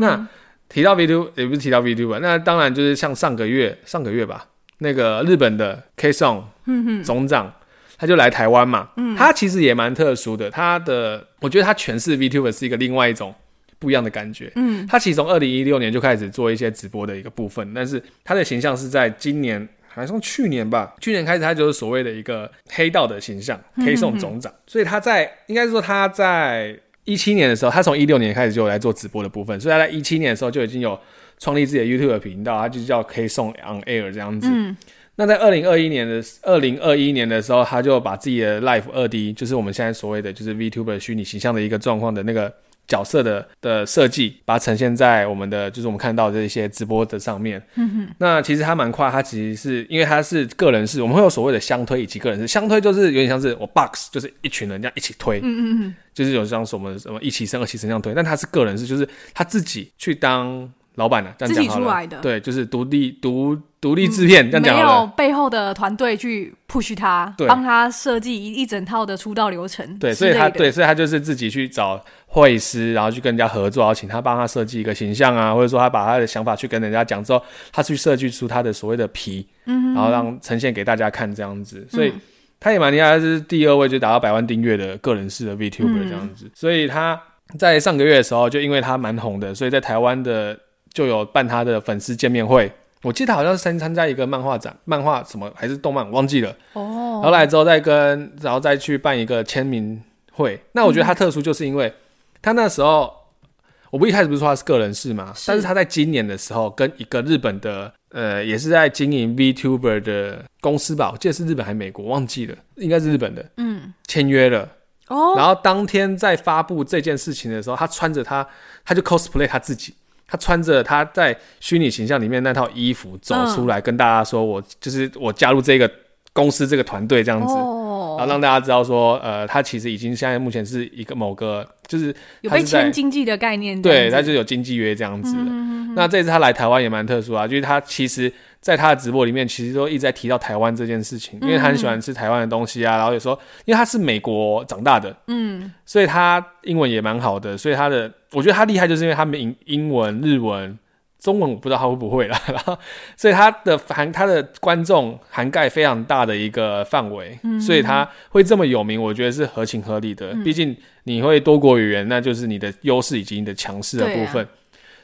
B: 那提到 VTube 也不是提到 VTube 吧，那当然就是像上个月上个月吧，那个日本的 K Song
A: 嗯
B: 总长。他就来台湾嘛，他其实也蛮特殊的。他的，我觉得他诠释 VTuber 是一个另外一种不一样的感觉。
A: 嗯，
B: 他其实从二零一六年就开始做一些直播的一个部分，但是他的形象是在今年，好像去年吧，去年开始他就是所谓的一个黑道的形象，黑送总长。所以他在应该是说他在一七年的时候，他从一六年开始就有来做直播的部分，所以他在一七年的时候就已经有创立自己的 YouTube 频道，他就叫 K 送 On Air 这样子。
A: 嗯
B: 那在二零二一年的二零二一年的时候，他就把自己的 Life 二 D，就是我们现在所谓的就是 VTuber 虚拟形象的一个状况的那个角色的的设计，把它呈现在我们的就是我们看到的这些直播的上面。嗯哼。那其实他蛮快，他其实是因为他是个人是，我们会有所谓的相推以及个人是相推，就是有点像是我 box，就是一群人这样一起推。
A: 嗯嗯
B: 就是有像什么什么一起生、二起生这样推，但他是个人是，就是他自己去当老板的、这样
A: 自己
B: 讲好
A: 出
B: 了
A: 来的
B: 对，就是独立独独立制片、这
A: 嗯，
B: 样
A: 没
B: 讲好
A: 有
B: 了。
A: 背后的团队去 push 他
B: 对，
A: 帮他设计一一整套的出道流程嗯之类的。
B: 对，所以他对，所以他就是自己去找会师，然后去跟人家合作，然后请他帮他设计一个形象啊，或者说他把他的想法去跟人家讲之后，他去设计出他的所谓的皮，嗯，然后让呈现给大家看这样子，所以。
A: 嗯
B: 他也蛮厉害，他是第二位就达到百万订阅的个人式
A: 嗯
B: 的 VTuber 这样子，所以他在上个月的时候，就因为他蛮红的，所以在台湾的就有办他的粉丝见面会。我记得好像是参参加一个漫画展，漫画什么还是动漫，我忘记了。然
A: 哦，
B: 后来之后再跟，然后再去办一个签名会。那我觉得
A: 嗯
B: 他特殊，就是因为他那时候，我不一开始不是说他是个人事嘛，
A: 是
B: 但是他在今年的时候跟一个日本的，呃，也是在经营 VTuber 的公司吧，我记得是日本还是美国，忘记了，应该是日本的
A: 嗯，
B: 签约了。
A: 哦，
B: 然后当天在发布这件事情的时候，他穿着他，他就 cosplay 他自己，他穿着他在虚拟形象里面那套衣服走
A: 嗯
B: 出来，跟大家说我就是我加入这个公司这个团队这样子。然后
A: 哦，
B: 让大家知道说，呃，他其实已经现在目前是一个某个，就是
A: 有
B: 他
A: 被
B: 是在
A: 签经济的概念这样
B: 对，
A: 子，
B: 他就有经纪约这样
A: 嗯
B: 子的。那这次他来台湾也蛮特殊啊，就是他其实在他的直播里面，其实都一直在提到台湾这件事
A: 嗯
B: 情，因为他很喜欢吃台湾的东西啊，然后有时候因为他是美国长大的，
A: 嗯，
B: 所以他英文也蛮好的，所以他的我觉得他厉害，就是因为他们英英文、日文、中文我不知道他会不会啦，然后所以他的涵他的观众涵盖非常大的一个范围，所以他会这么有名，我觉得是合情合理的。毕竟你会多国语言，那就是你的优势以及你的强势的部分。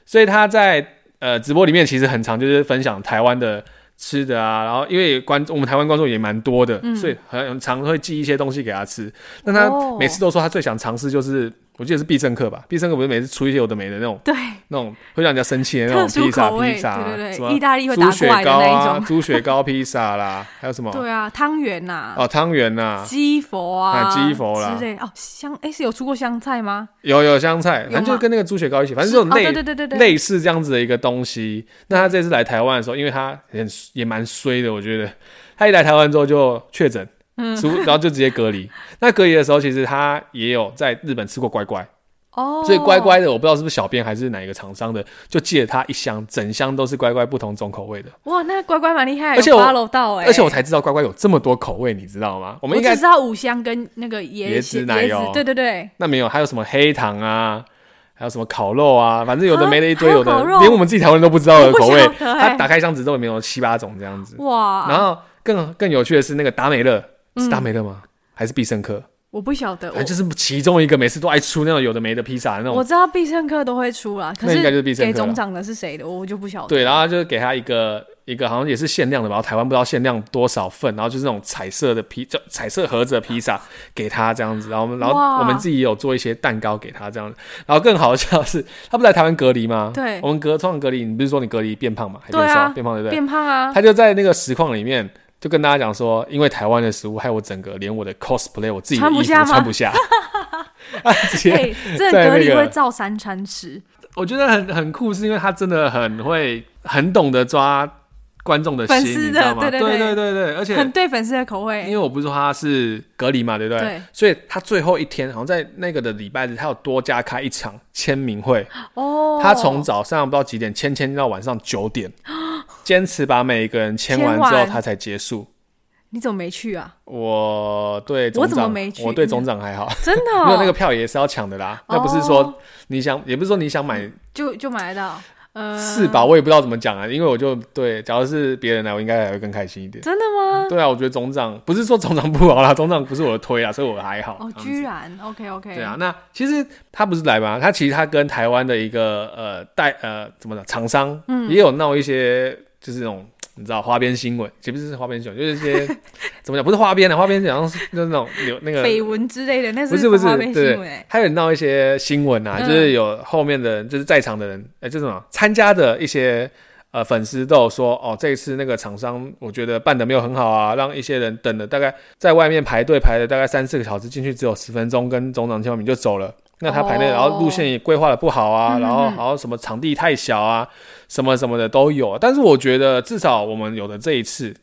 B: 所以他在呃直播里面其实很常就是分享台湾的吃的啊，然后因为观我们台湾观众也蛮多的，所以很常会寄一些东西给他吃。但他
A: 哦
B: 每次都说他最想尝试就是。我记得是必胜客吧，必胜客不是每次出一些有的没的那种
A: 对，
B: 那种会让人家生气的那
A: 特
B: 种
A: 殊
B: 披萨、
A: 口味，
B: 披萨、
A: 对
B: 啊，
A: 对
B: 什
A: 对，意
B: 么
A: 大利会
B: 猪
A: 打过
B: 血
A: 来的
B: 糕
A: 那一
B: 啊、
A: 种，
B: [LAUGHS] 猪血糕披萨啦，还有什么？
A: 对啊，汤圆呐，
B: 哦，汤圆呐，
A: 鸡佛啊，
B: 啊鸡佛啦
A: 之类的哦，香哎是有出过香菜吗？
B: 有有香菜，反正就
A: 吗
B: 跟那个猪血糕一起，反正这种
A: 啊哦
B: 类、
A: 对对对对对，
B: 类似这样子的一个东西。那他这次来台湾的时候，因为他很也蛮衰的，我觉得他一来台湾之后就确诊，嗯，然后就直接隔
A: [LAUGHS]
B: 离。那隔离的时候，其实他也有在日本吃过乖乖，
A: 哦，
B: 所以乖乖的我不知道是不是小编还是哪一个厂商的，就寄了他一箱，整箱都是乖乖不同种口味的。
A: 哇，那乖乖蛮厉害，
B: 而且
A: 有
B: 我
A: follow 到哎，
B: 而且我才知道乖乖有这么多口味，你知道吗？我
A: 我
B: 们应该
A: 只知道五香跟那个
B: 椰
A: 椰
B: 子
A: 子
B: 奶哦油
A: 椰子对对对，
B: 那没有，还有什么黑糖啊，还有什么烤肉啊，反正有的没的一堆，
A: 啊
B: 有的
A: 还有烤肉
B: 连我们自己台湾人都不知道的口味
A: 我。不晓得欸
B: 他打开箱子之后，里面有七八种这样子。然
A: 哇，
B: 后更更有趣的是那个达美乐，是达美乐吗？还是必胜客？
A: 我不晓得，
B: 反正
A: 我
B: 就是其中一个，每次都爱出那种有的没的披萨那种
A: 我。知道必胜客都会出啦，可
B: 那应该就是必胜客
A: 给
B: 啦
A: 总长的是谁的，我就不晓得。
B: 对，然后就是给他一个一个好像也是限量的吧，然后台湾不知道限量多少份，然后就是那种彩色的披，就彩色盒子的披萨给他这样子，然后我们然
A: 哇
B: 后我们自己也有做一些蛋糕给他这样子，然后更好笑的是，他不是来台湾隔离吗？
A: 对
B: 我们隔创隔离，你不是说你隔离变胖吗？还是
A: 对啊
B: 变瘦变胖对不对？
A: 变胖啊，
B: 他就在那个实况里面就跟大家讲说，因为台湾的食物，还有我整个连我的 cosplay 我自己的
A: 穿
B: 衣
A: 不
B: 服
A: 下吗哎
B: 穿
A: [LAUGHS]
B: 不下，他直接
A: 对，这
B: 在
A: 隔离
B: 那个
A: 会照三餐吃，
B: 我觉得很很酷，是因为他真的很会、很懂得抓观众的心，
A: 粉丝的
B: 你知道吗？
A: 对对对
B: 对对对对而且
A: 很对粉丝的口
B: 因
A: 味。
B: 为我不是说他是隔离嘛，对不对？
A: 对
B: 所以他最后一天好像在那个的礼拜日，他有多加开一场签名会，
A: 哦，
B: 他从早上不知道几点签签到晚上九
A: [GASPS]
B: 点，坚持把每一个人签完之
A: 签
B: 后，
A: 完
B: 他才结束。
A: 你怎么没去啊？
B: 我对总
A: 我怎么
B: 长
A: 没去
B: 我对总长还好，
A: 真的哦，
B: 因为那个票也是要抢的啦。那不是
A: 哦嗯
B: 说你想，也不是说你想买
A: 就就买得到。呃，
B: 是吧？我也不知道怎么讲啊，因为我就对，假如是别人来，我应该还会更开心一点。
A: 真的吗？
B: 对啊，我觉得总长不是说总长不好啦，总 [LAUGHS] 长不是我的推啦，所以我还好。
A: 哦，
B: 这样子
A: 居然，OK OK，
B: 对啊，，那其实他不是来吧？他其实他跟台湾的一个呃代呃怎么讲厂商，
A: 嗯
B: 也有闹一些就是那种你知道花边新闻，其实不是花边新闻，就是一
A: [LAUGHS]
B: 些怎么讲，不是花边的，啊花边好像是就是那种有那个
A: 绯闻之类的，那
B: 不是不是
A: 花边新
B: 对
A: 闻欸，
B: 还有闹一些新闻啊，
A: 嗯
B: 就是有后面的人，就是在场的人，呃、就是什么参加的一些呃粉丝都有说，哦，这一次那个厂商我觉得办的没有很好啊，让一些人等了大概在外面排队排了大概三四个小时，进去只有十分钟，跟总长签完名就走了。那他排队，
A: 哦
B: 然后路线也规划的不好啊，
A: 嗯嗯
B: 然后好像什么场地太小啊，什么什么的都有。啊但是我觉得至少我们有了这一次，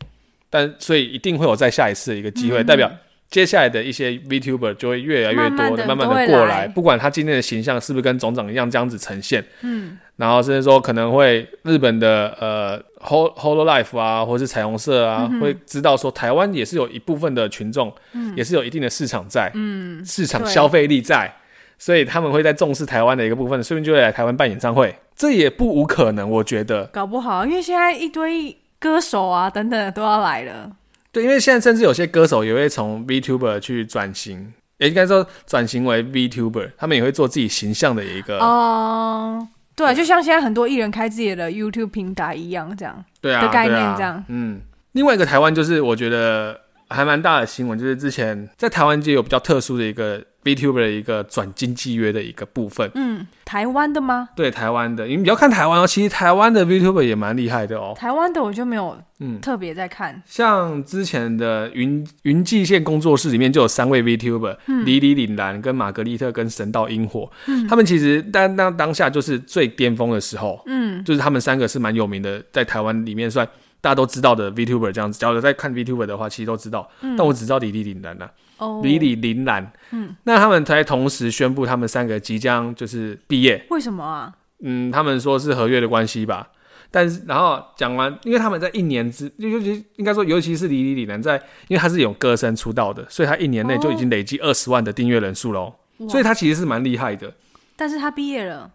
B: 但所以一定会有再下一次的一个机会，
A: 嗯
B: 代表接下来的一些 VTuber 就会越来越多的，
A: 慢慢
B: 慢
A: 地
B: 慢
A: 都会
B: 的过
A: 来
B: 来，不管他今天的形象是不是跟总长一样这样子呈现，
A: 嗯，
B: 然后甚至说可能会日本的呃 Hol Holo Life 啊，或是彩虹社
A: 嗯
B: 啊，会知道说台湾也是有一部分的群众，也是有一定的市场在，嗯，市场
A: 嗯对
B: 消费力在，所以他们会在重视台湾的一个部分，顺便就会来台湾办演唱会，这也不无可能，我觉得。
A: 搞不好，因为现在一堆歌手啊等等的都要来了，
B: 对，因为现在甚至有些歌手也会从 VTuber 去转型，也应该说转型为 VTuber，他们也会做自己形象的一个，
A: 哦。对，就像现在很多艺人开自己的 YouTube 平台一样，这样
B: 对啊
A: 的概
B: 对啊
A: 念这样
B: 嗯，另外一个台湾就是我觉得还蛮大的新闻，就是之前在台湾界有比较特殊的一个 VTuber 的一个转经纪约的一个部分。
A: 嗯，台湾的吗？
B: 对台湾的，你们不要看台湾哦，其实台湾的 VTuber 也蛮厉害的哦。
A: 台湾的我就没有
B: 嗯
A: 特别在看，
B: 像之前的云云际线工作室里面就有三位 VTuber，、李
A: 嗯
B: 李凛然、跟玛格丽特、跟神道萤火，他们其实当当当下就是最巅峰的时候，
A: 嗯，
B: 就是他们三个是蛮有名的，在台湾里面算大家都知道的 VTuber 这样子。假如在看 VTuber 的话，其实都知道，但我只知道李李凛然啊，
A: 嗯哦，
B: 李李凛然，嗯，那他们才同时宣布他们三个即将就是毕业，
A: 为什么啊？
B: 嗯，他们说是合约的关系吧。但是，然后讲完，因为他们在一年之，尤其应该说，尤其是李李李楠在，因为他是有歌声出道的，所以他一年内就已经累积二十万的订阅人数喽、
A: 哇
B: 所以他其实是蛮厉害的。
A: 但是他毕业了，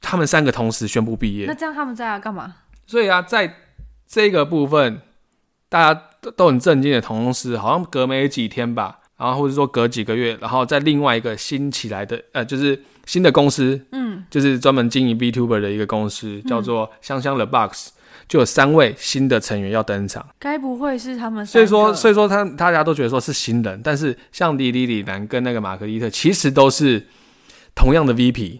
B: 他们三个同时宣布毕
A: 那
B: 业，
A: 这样他们在干嘛？
B: 所以啊，在这个部分，大家都都很震惊的同时，好像隔没几天吧，然后或者说隔几个月，然后在另外一个新起来的，呃，就是新的公司
A: 嗯，
B: 就是专门经营 VTuber 的一个公司，叫做香香的 Box，、就有三位新的成员要登场。
A: 该不会是他们
B: 所
A: 三
B: 以
A: 个？
B: 说，所以说他大家都觉得说是新人，但是像李李李楠跟那个马格丽特，其实都是同样的 VP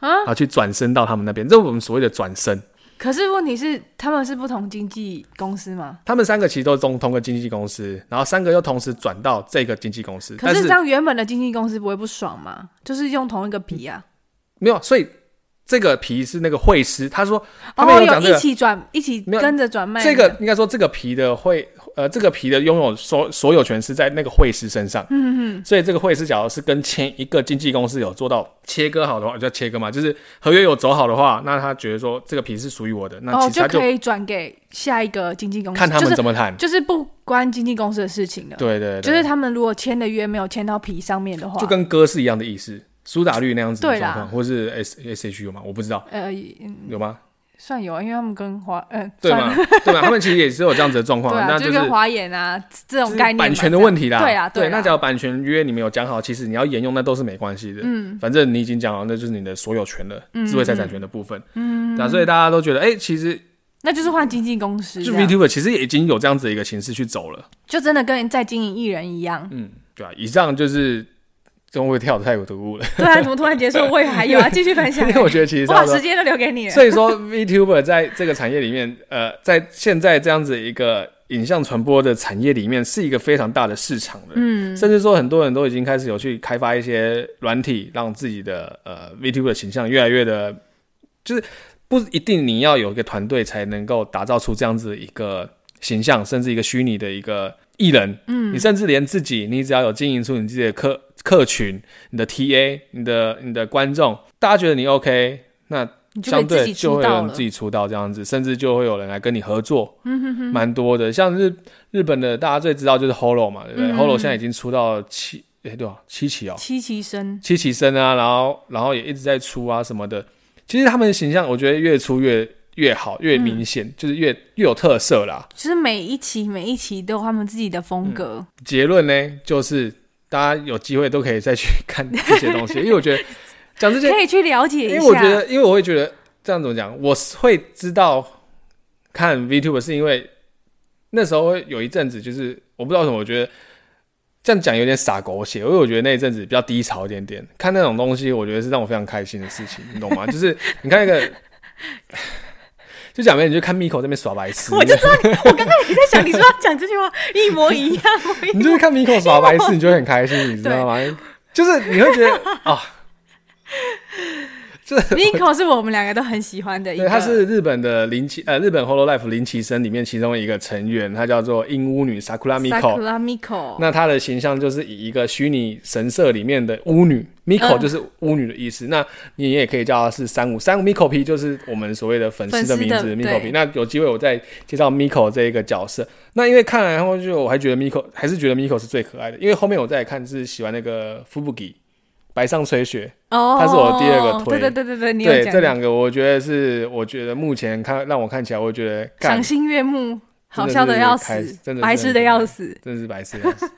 A: 啊
B: 啊，去转身到他们那边，这是我们所谓的转身。
A: 可是问题是，他们是不同经纪公司嘛？
B: 他们三个其实都是同同个经纪公司，然后三个又同时转到这个经纪公司，
A: 可
B: 但
A: 是
B: 是
A: 这样原本的经纪公司不会不爽吗？就是用同一个皮啊，
B: 没有，所以这个皮是那个会师，他说他们
A: 哦，
B: 有讲这
A: 有
B: 个
A: 一起转，一起
B: 没有
A: 跟着转卖
B: 这个应该说这个皮的会呃，这个皮的拥有所所有权是在那个会师身上。嗯嗯。所以这个会师，假如是跟前一个经纪公司有做到切割好的话，叫切割嘛，就是合约有走好的话，那他觉得说这个皮是属于我的，那
A: 哦，
B: 其实他
A: 就
B: 就
A: 可以转给下一个经纪公司，
B: 看他们
A: 就是
B: 怎么谈。
A: 就是不关经纪公司的事情了。
B: 对对对，
A: 就是他们如果签的约没有签到皮上面的话，
B: 就跟歌是一样的意思，苏打绿那样子的
A: 对
B: 状
A: 啦
B: 况，或是 S S H 有吗？我不知道
A: 呃嗯
B: 有吗？
A: 算有啊，因为他们跟华嗯、
B: 对
A: 算
B: 吗
A: 了？
B: 对吧？他们其实也是有这样子的状况，
A: 对啊，
B: 那
A: 就是跟华研啊这种
B: 就是
A: 概念嘛
B: 版权的问题啦。
A: 这样对啊，
B: 对，
A: 啦
B: 那只要版权约你们有讲好，其实你要沿用那都是没关系的。
A: 嗯
B: 反正你已经讲好，那就是你的所有权了，
A: 嗯
B: 智慧财产权的部分。嗯，对啊，所以大家都觉得，哎、其实
A: 那就是啊换经纪公司
B: 就
A: 这样，
B: VTuber 其实也已经有这样子的一个形式去走了。。
A: 就真的跟在经营艺人一样
B: 嗯，对啊，以上就是中会跳的太有
A: [LAUGHS]
B: 毒了，
A: 对啊，怎么突然结束？我也还
B: [LAUGHS]
A: 有啊，继续分享
B: 因。为我觉得其实
A: 我
B: 差
A: 把
B: 不多
A: 时间都留给你了。
B: 所以说 VTuber 在这个产业里面，呃，在现在这样子一个影像传播的产业里面，是一个非常大的市场的。
A: 嗯，
B: 甚至说很多人都已经开始有去开发一些软体，让自己的呃 VTuber 形象越来越的，就是不一定你要有一个团队才能够打造出这样子一个形象，甚至一个虚拟的一个艺人。嗯，你甚至连自己，你只要有经营出你自己的客客群、你的 TA、你的你的观众，大家觉得你 OK，那
A: 你就可以
B: 相
A: 自
B: 对
A: 己
B: 就
A: 出
B: 会有
A: 道
B: 人
A: 了嗯
B: 自。己出道这样子，甚至就会有人来跟你合作，蛮多的。像日日本的大家最知道就是 Holo 嘛，对不对、
A: 嗯
B: h o l o 现在已经出到七，哎、对吧、七期哦，
A: 七七生，
B: 七期生啊，然后然后也一直在出啊什么的。其实他们的形象，我觉得越出越越好，越明显，
A: 嗯
B: 就是越越有特色啦。
A: 就是每一期每一期都有他们自己的风格，
B: 结论呢，就是大家有机会都可以再去看这些东西，因为我觉得讲这些
A: 可以去了解一下。
B: 因为我觉得，因为我会觉得这样怎么讲，我是会知道看 VTuber 是因为那时候会有一阵子，就是我不知道为什么，我觉得这样讲有点傻狗血，因为我觉得那一阵子比较低潮一点点。看那种东西，我觉得是让我非常开心的事情，你懂吗？就是你看一
A: [LAUGHS]
B: 个。就讲白了，你就看 Miko 这边耍白痴，
A: 我就知道你，我刚刚也在想，你说要讲这句话一模一样，我一
B: 你就是看 Miko 耍白痴，你就会很开心，你知道吗？就是你会觉
A: [LAUGHS]
B: 得啊，这
A: Nico 是我们两个都很喜欢的一
B: 对，
A: 个，
B: 她是日本的灵奇呃，日本 Hololive 灵奇生里面其中一个成员，她叫做樱巫女 Sakura Miko。
A: Sakura Miko，
B: 那她的形象就是以一个虚拟神社里面的巫女，Miko
A: 嗯
B: 就是巫女的意思。那你也可以叫她是三五三五 Miko P，就是我们所谓的粉丝的名字
A: 粉丝的
B: Miko
A: 对
B: P。那有机会我再介绍 Miko 这一个角色。那因为看来后就我还觉得 Miko 还是觉得 Miko 是最可爱的，因为后面我再来看是喜欢那个 Fubuki 白上吹雪。
A: 哦，
B: 她是我第二个推
A: 对对对对对，你有
B: 对
A: 讲
B: 这两个，我觉得是，我觉得目前看让我看起来，我觉得干
A: 赏心悦目，好
B: 真的
A: 笑的
B: 是
A: 要
B: 开
A: 死
B: 真的，是
A: 白痴的要死，
B: 真的是白痴的
A: [LAUGHS]
B: 样子，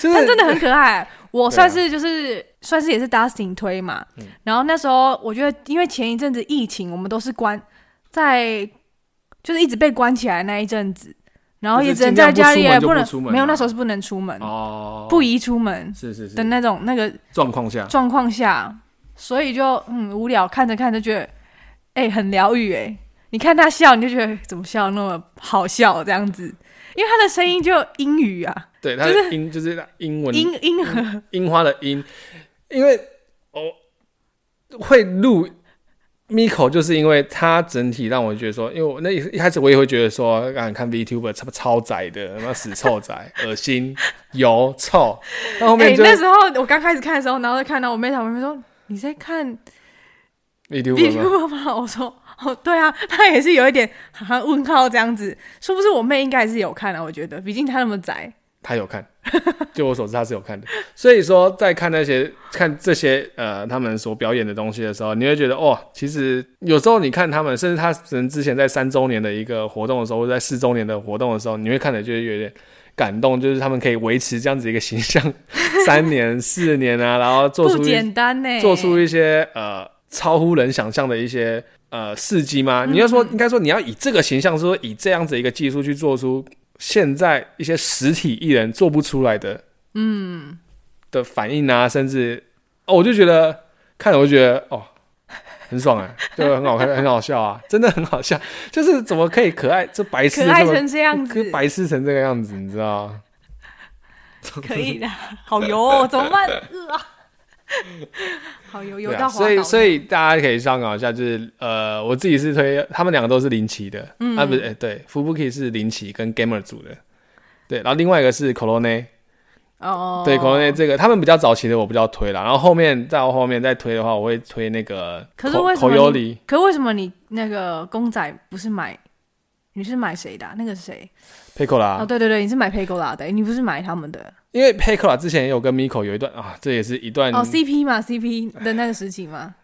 B: 就
A: 但
B: 是
A: 真的很可爱。我
B: 对啊嗯
A: 算是就是、算是也是 Dustin 推嘛，然后那时候我觉得，因为前一阵子疫情，我们都是关在就是一直被关起来那一阵子，然后也只能在家里，
B: 就是尽
A: 也
B: 量不
A: 能
B: 出门就不出门
A: 没有
B: 嘛
A: 那时候是不能出门，
B: 哦，
A: 不宜出门
B: 是是
A: 的
B: 是
A: 那种那个
B: 状况下，
A: 状况下，所以就嗯无聊，看着看着觉得哎、很疗愈哎，你看他笑你就觉得怎么笑那么好笑这样子，因为他的声音就英语啊，
B: 对它的音就是英文
A: 英英和。
B: 樱花的樱，因为我会录 Miko，就是因为它整体让我觉得说，因为我那一一开始我也会觉得说，啊让你看 VTuber 超超宅的，那死臭宅，恶心、油、臭，但后
A: 哎、
B: 面就
A: 那时候我刚开始看的时候，然后就看到我妹在旁边说：“你在看 B
B: VTuber 吗
A: Q 吗？”我说：“哦，对啊。”她也是有一点哈哈问号这样子，是不是我妹应该也是有看啊？我觉得，毕竟她那么宅，
B: 他有看， [LAUGHS] 就我所知他是有看的。所以说，在看那些看这些呃他们所表演的东西的时候，你会觉得哦，其实有时候你看他们，甚至他人之前在三周年的一个活动的时候，或者在四周年的活动的时候，你会看的就是有点感动，就是他们可以维持这样子一个形象三年、四年啊，然后做
A: 不
B: 出一
A: 简单欸呢、
B: 做出一些呃超乎人想象的一些呃事迹吗？
A: 嗯
B: 你要说，应该说你要以这个形象，说以这样子一个技术去做出现在一些实体艺人做不出来的，嗯，的反应啊，甚至哦，我就觉得看了我就觉得哦。很爽哎、 [LAUGHS] 就很好看，很好笑啊，真的很好笑。就是怎么可以可爱，这白痴
A: 可爱
B: 这么
A: 成这
B: [LAUGHS]
A: 样子，
B: 白痴成这个样子，你知道吗？ [LAUGHS]
A: 可以的，好油哦，怎么办？呃啊、好油，油
B: 对
A: 到
B: 啊，
A: 滑倒、
B: 所以所以大家可以参考一下，就是呃，我自己是推，他们两个都是零奇的，嗯、啊不是，哎对，Fubuki 是零奇跟 Gamer 组的，对，然后另外一个是 Corone，、
A: 哦，
B: 对 Corone 这个他们比较早期的我比较推啦，然后后面到后面再推的话，我会推那个
A: 可是为什
B: Ko-
A: 么你哦
B: Koyori
A: 可为什么你那个公仔不是买？你是买谁的啊、那个是谁？
B: Piccolo 啦、
A: 哦，对对对，你是买 p e g o l a 的、你不是买他们的。
B: 因为 Piccolo 之前也有跟 Miko 有一段啊，这也是一段、
A: 哦，CP 嘛，CP 的那个时期嘛，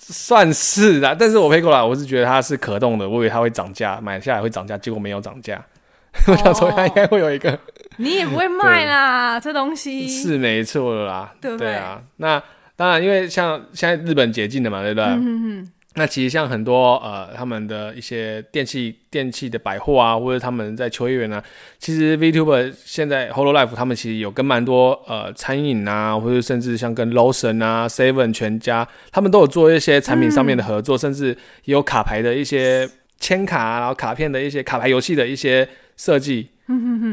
B: 算是啦，但是我 Piccolo 我是觉得它是可动的，我以为它会涨价，买下来会涨价，结果没有涨价， [LAUGHS] [LAUGHS] 我想说哎它应该会有一个。
A: 哦你也不会卖啦，这东西
B: 是没错的啦，
A: 对不对
B: 啊。那当然，因为像现在日本解禁了嘛，对不对？
A: 嗯嗯嗯，
B: 那其实像很多呃，他们的一些电器电器的百货啊，或者他们在秋叶原啊，其实 VTuber 现在 Hololive 他们其实有跟蛮多呃餐饮啊，或者甚至像跟 Lawson 啊、Seven 全家，他们都有做一些产品上面
A: 嗯
B: 的合作，甚至也有卡牌的一些签卡、啊，然后卡片的一些卡牌游戏的一些设计。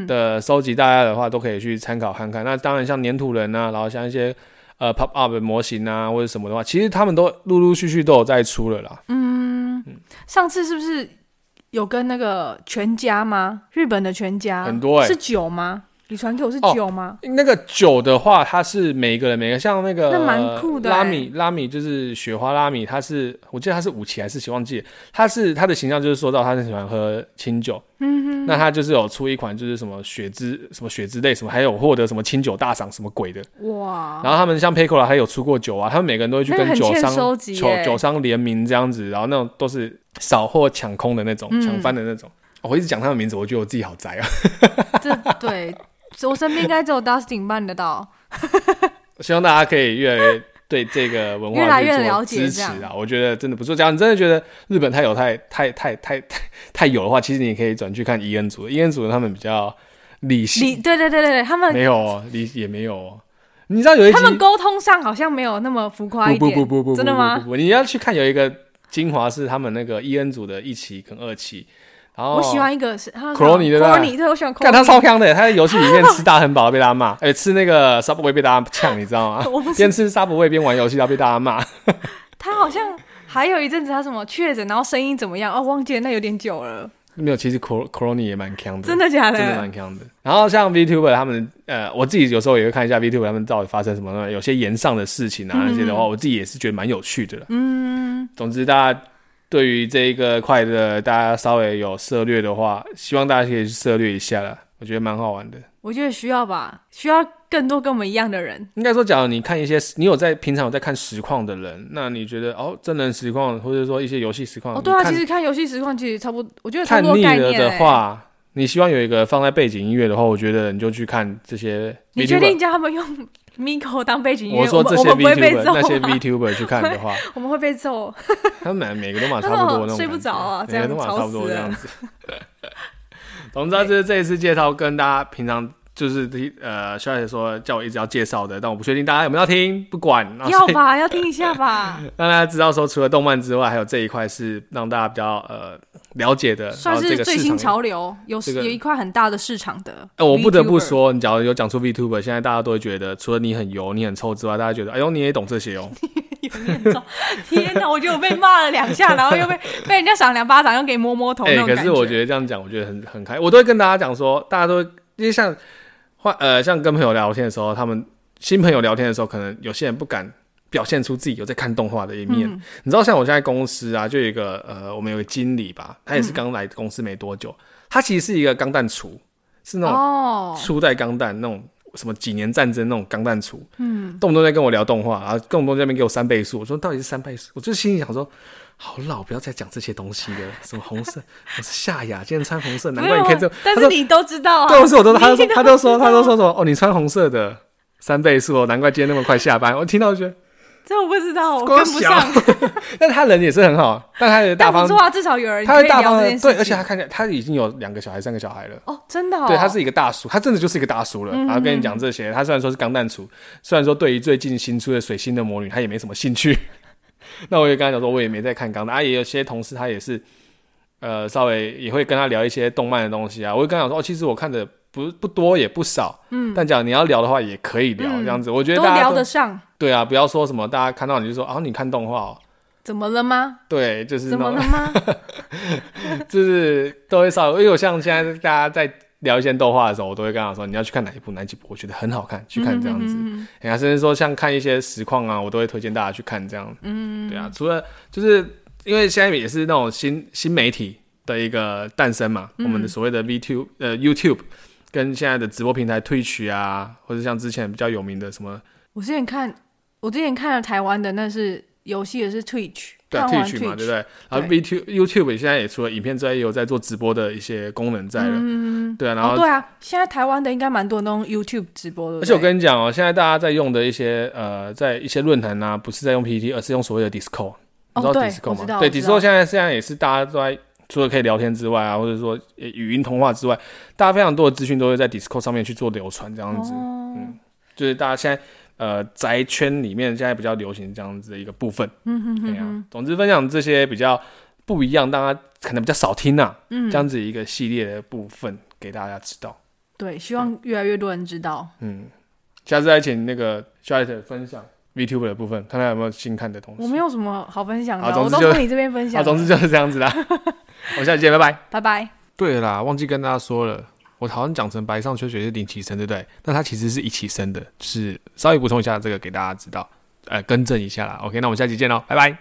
B: 的收集，大家的话都可以去参考看看。那当然，像粘土人啊，然后像一些呃 pop up 的模型啊，或者什么的话，其实他们都陆陆续续都有在出了啦。
A: 上次是不是有跟那个全家吗？日本的全家
B: 很多欸
A: 是酒吗？你传给我是
B: 哦
A: 酒吗？
B: 那个酒的话，它是每个人每个像那个
A: 那蛮酷的欸
B: 拉米拉米就是雪花拉米，他是我记得他是武器还是谁忘记了，他是他的形象就是说到他很喜欢喝清酒，嗯哼，那他就是有出一款就是什么雪之什么雪之类什么，还有获得什么清酒大赏什么鬼的，
A: 哇，
B: 然后他们像 p e c o l a 还有出过酒啊，他们每个人都会去
A: 那个
B: 跟
A: 很
B: 酒
A: 欠
B: 商、
A: 收集
B: 酒
A: 耶
B: 酒商联名这样子，然后那种都是扫货抢空的那种，
A: 嗯
B: 抢翻的那种。哦我一直讲他们名字，我觉得我自己好宅啊。
A: 这对我身边应该只有 Dustin 办得到。
B: 希望大家可以越来越对这个文化
A: 越来越
B: 去做
A: 了解
B: 支
A: 这
B: 持
A: 样
B: 啊！我觉得真的不错。假如你真的觉得日本太有太太太太太太有的话，其实你可以转去看伊恩组的，伊恩组的他们比较理
A: 你
B: 性，
A: 对对对对对，他们
B: 没有哦，理也没有哦。你知道有一集
A: 他们沟通上好像没有那么浮夸一
B: 不
A: 点，
B: 不不不不，
A: 真的
B: 不
A: 吗
B: 不不不你要去看有一个精华是他们那个伊恩组的一期跟二期，然后
A: 我喜欢一个是
B: Crony 对不对
A: Crony，对我喜欢 Crony，
B: 看他超强的，他在游戏里面吃大汉堡被大家骂，哎、吃那个 Subway 被大家呛，你知道吗
A: [LAUGHS] ？我不
B: 边吃 Subway 边玩游戏，然后被大家骂。
A: 他好像还有一阵子他什么确诊，然后声音怎么样？哦，忘记了，那有点久了，
B: 没有，其实 Cor Corony 也蛮强的，
A: 真的哎假
B: 真的蛮强的。然后像 VTuber 他们，呃，我自己有时候也会看一下 VTuber 他们到底发生什么，有些延上的事情啊那些的话，我自己也是觉得蛮有趣的啦。
A: 嗯，
B: 总之，大家对于这一个快乐，大家稍微有涉略的话，希望大家可以去涉略一下啦，我觉得蛮好玩的。
A: 我觉得需要吧，需要更多跟我们一样的人。
B: 应该说，假如你看一些，你有在平常有在看实况的人，那你觉得哦，真人实况或者说一些游戏实况，
A: 哦，对啊，
B: 你看
A: 其实看游戏实况其实差不多，我觉得差
B: 看
A: 不多
B: 腻
A: 概
B: 了
A: 念
B: 的
A: 欸。
B: 话，你希望有一个放在背景音乐的话，我觉得你就去看这些。
A: 你确定叫他们用 Miko 当背景音乐？
B: 我说
A: 们
B: 这
A: 我
B: 些
A: 们不会被
B: VTuber
A: 揍
B: 那些
A: 啊，
B: VTuber 去
A: [LAUGHS]
B: 看的话，
A: 我们会被揍。
B: 他们每个都嘛差不多那种感觉，
A: 睡不着啊
B: 每个都
A: 这
B: 嘛
A: 样
B: 差不多
A: 吵死
B: 这
A: 了
B: 样子。总
A: [LAUGHS]
B: 之啊，就是这一次介绍跟大家平常就是第呃，小姐说叫我一直要介绍的，但我不确定大家有没有要听，不管，然后
A: 要
B: 所以
A: 吧，要听一下吧，
B: 让大家知道说，除了动漫之外，还有这一块是让大家比较呃了解的，然
A: 算
B: 后这
A: 是
B: 个
A: 最
B: 市
A: 新
B: 场。
A: 潮流，有
B: 这个
A: 有一块很大的市场的。
B: 哎、我不得不，说，你假如有讲出 VTuber，现在大家都会觉得，除了你很油、你很臭之外，大家觉得，哎呦，你也懂这些
A: [LAUGHS]
B: 哦。
A: 天哪，我觉得我被骂了两下，然后
B: [LAUGHS]
A: 又被被人家赏两巴掌，又给摸摸头
B: 哎、
A: 那种
B: 可
A: 感
B: 是我觉得这样讲，我觉得很很开，我都会跟大家讲说，大家都会因为像换呃，像跟朋友聊天的时候，他们新朋友聊天的时候，可能有些人不敢表现出自己有在看动画的一面。
A: 嗯
B: 你知道，像我现在公司啊，就有一个呃，我们有个经理吧，他也
A: 嗯
B: 是刚来公司没多久，他其实是一个钢弹厨，是那种
A: 哦，
B: 初代钢弹那种什么几年战争那种钢弹厨，嗯，动不动在跟我聊动画，然后动不动在那边给我三倍速，我说到底是三倍速，我就心里想说。好老，不要再讲这些东西了。什么红色， [LAUGHS] 我是夏雅，今天穿红色，难怪你可以这
A: 没有
B: 样。
A: 但
B: 他
A: 是
B: 说
A: 你都知道啊，
B: 对，我说我都，他说
A: [LAUGHS] 你
B: 他都说他都说什么？哦，你穿红色的三倍速哦，难怪今天那么快下班。我听到就觉得，
A: 这我不知道，我
B: 光
A: 跟不
B: 小 [LAUGHS]
A: 上。
B: 但他人也是很好，但他也大
A: 但不
B: 方，
A: 错啊，至少有人
B: 他
A: 可
B: 会
A: 以
B: 大
A: 聊
B: 方
A: 这
B: 的
A: 件事情。
B: 对，而且他看起来他已经有两个小孩、三个小孩了。
A: 哦，真的哦，嗯
B: 对，他是一个大叔，他真的就是一个大叔了。然后跟你讲这些，他虽然说是钢弹厨，虽然说对于最近新出的《水星的魔女》他也没什么兴趣。 [LAUGHS] 那我也跟他讲说，我也没在看钢弹，啊，也有些同事他也是，呃，稍微也会跟他聊一些动漫的东西啊。我就跟他讲说，哦，其实我看的不不多也不少，嗯，但讲你要聊的话也可以聊、
A: 嗯
B: 这样子。我觉得
A: 都
B: 大家
A: 聊
B: 都
A: 得上，
B: 对啊，不要说什么大家看到你就说啊，你看动画、哦，
A: 怎么了吗？
B: 对，就是那
A: 怎么
B: 种
A: 了吗？
B: 就是都会稍微，因为我像现在大家在聊一些动画的时候，我都会跟他说你要去看哪一部哪几部，我觉得很好看， [LAUGHS] 去看这样子。
A: 嗯嗯
B: 人家甚至说像看一些实况啊，我都会推荐大家去看这样。嗯，对啊，除了就是因为现在也是那种新新媒体的一个诞生嘛，我们的所谓的 VTube 呃 YouTube 跟现在的直播平台 Twitch 啊，或者像之前比较有名的什么
A: 我之前看，我之前看了台湾的那是游戏，也是 Twitch，
B: 对啊
A: 看完
B: Twitch 嘛，对不
A: Twitch，
B: 对？然后 VTube YouTube 现在也除了影片之外，也有在做直播的一些功能在了。嗯，对啊，然后
A: 哦，对啊，现在台湾的应该蛮多人都用 YouTube 直播的，对不
B: 而
A: 对
B: 且我跟你讲哦，现在大家在用的一些呃，在一些论坛啊，不是在用 PPT，而是用所谓的 Discord。你知道
A: 哦对
B: Discord
A: 我
B: 吗？
A: 知道
B: 对
A: 我知
B: ，Discord
A: 道
B: 现在现在也是大家都在除了可以聊天之外啊，或者说呃语音通话之外，大家非常多的资讯都会在 Discord 上面去做流传，这样子、
A: 哦
B: 嗯就是大家现在呃宅圈里面现在比较流行这样子的一个部分。嗯哼对啊，总之分享这些比较不一样，大家可能比较少听啊，嗯、这样子一个系列的部分给大家知道。
A: 对，希望越来越多人知道。
B: 嗯，下次再请那个 Charlotte 分享 VTuber 的部分，看看有没有新看的东西。
A: 我没有什么好分享的
B: 好
A: 啊，
B: 总
A: 我
B: 之
A: 都
B: 就
A: 跟你这边分
B: 啊，
A: 享
B: 总
A: 了，
B: [LAUGHS] 之就是这样子啦。我们下期见，拜拜。
A: 拜拜。
B: 对了啦，忘记跟大家说了，我好像讲成白上秋水是林奇生，对不对？那它其实是一起生的，就是稍微补充一下这个给大家知道，呃，更正一下啦。OK，那我们下期见喽，拜拜。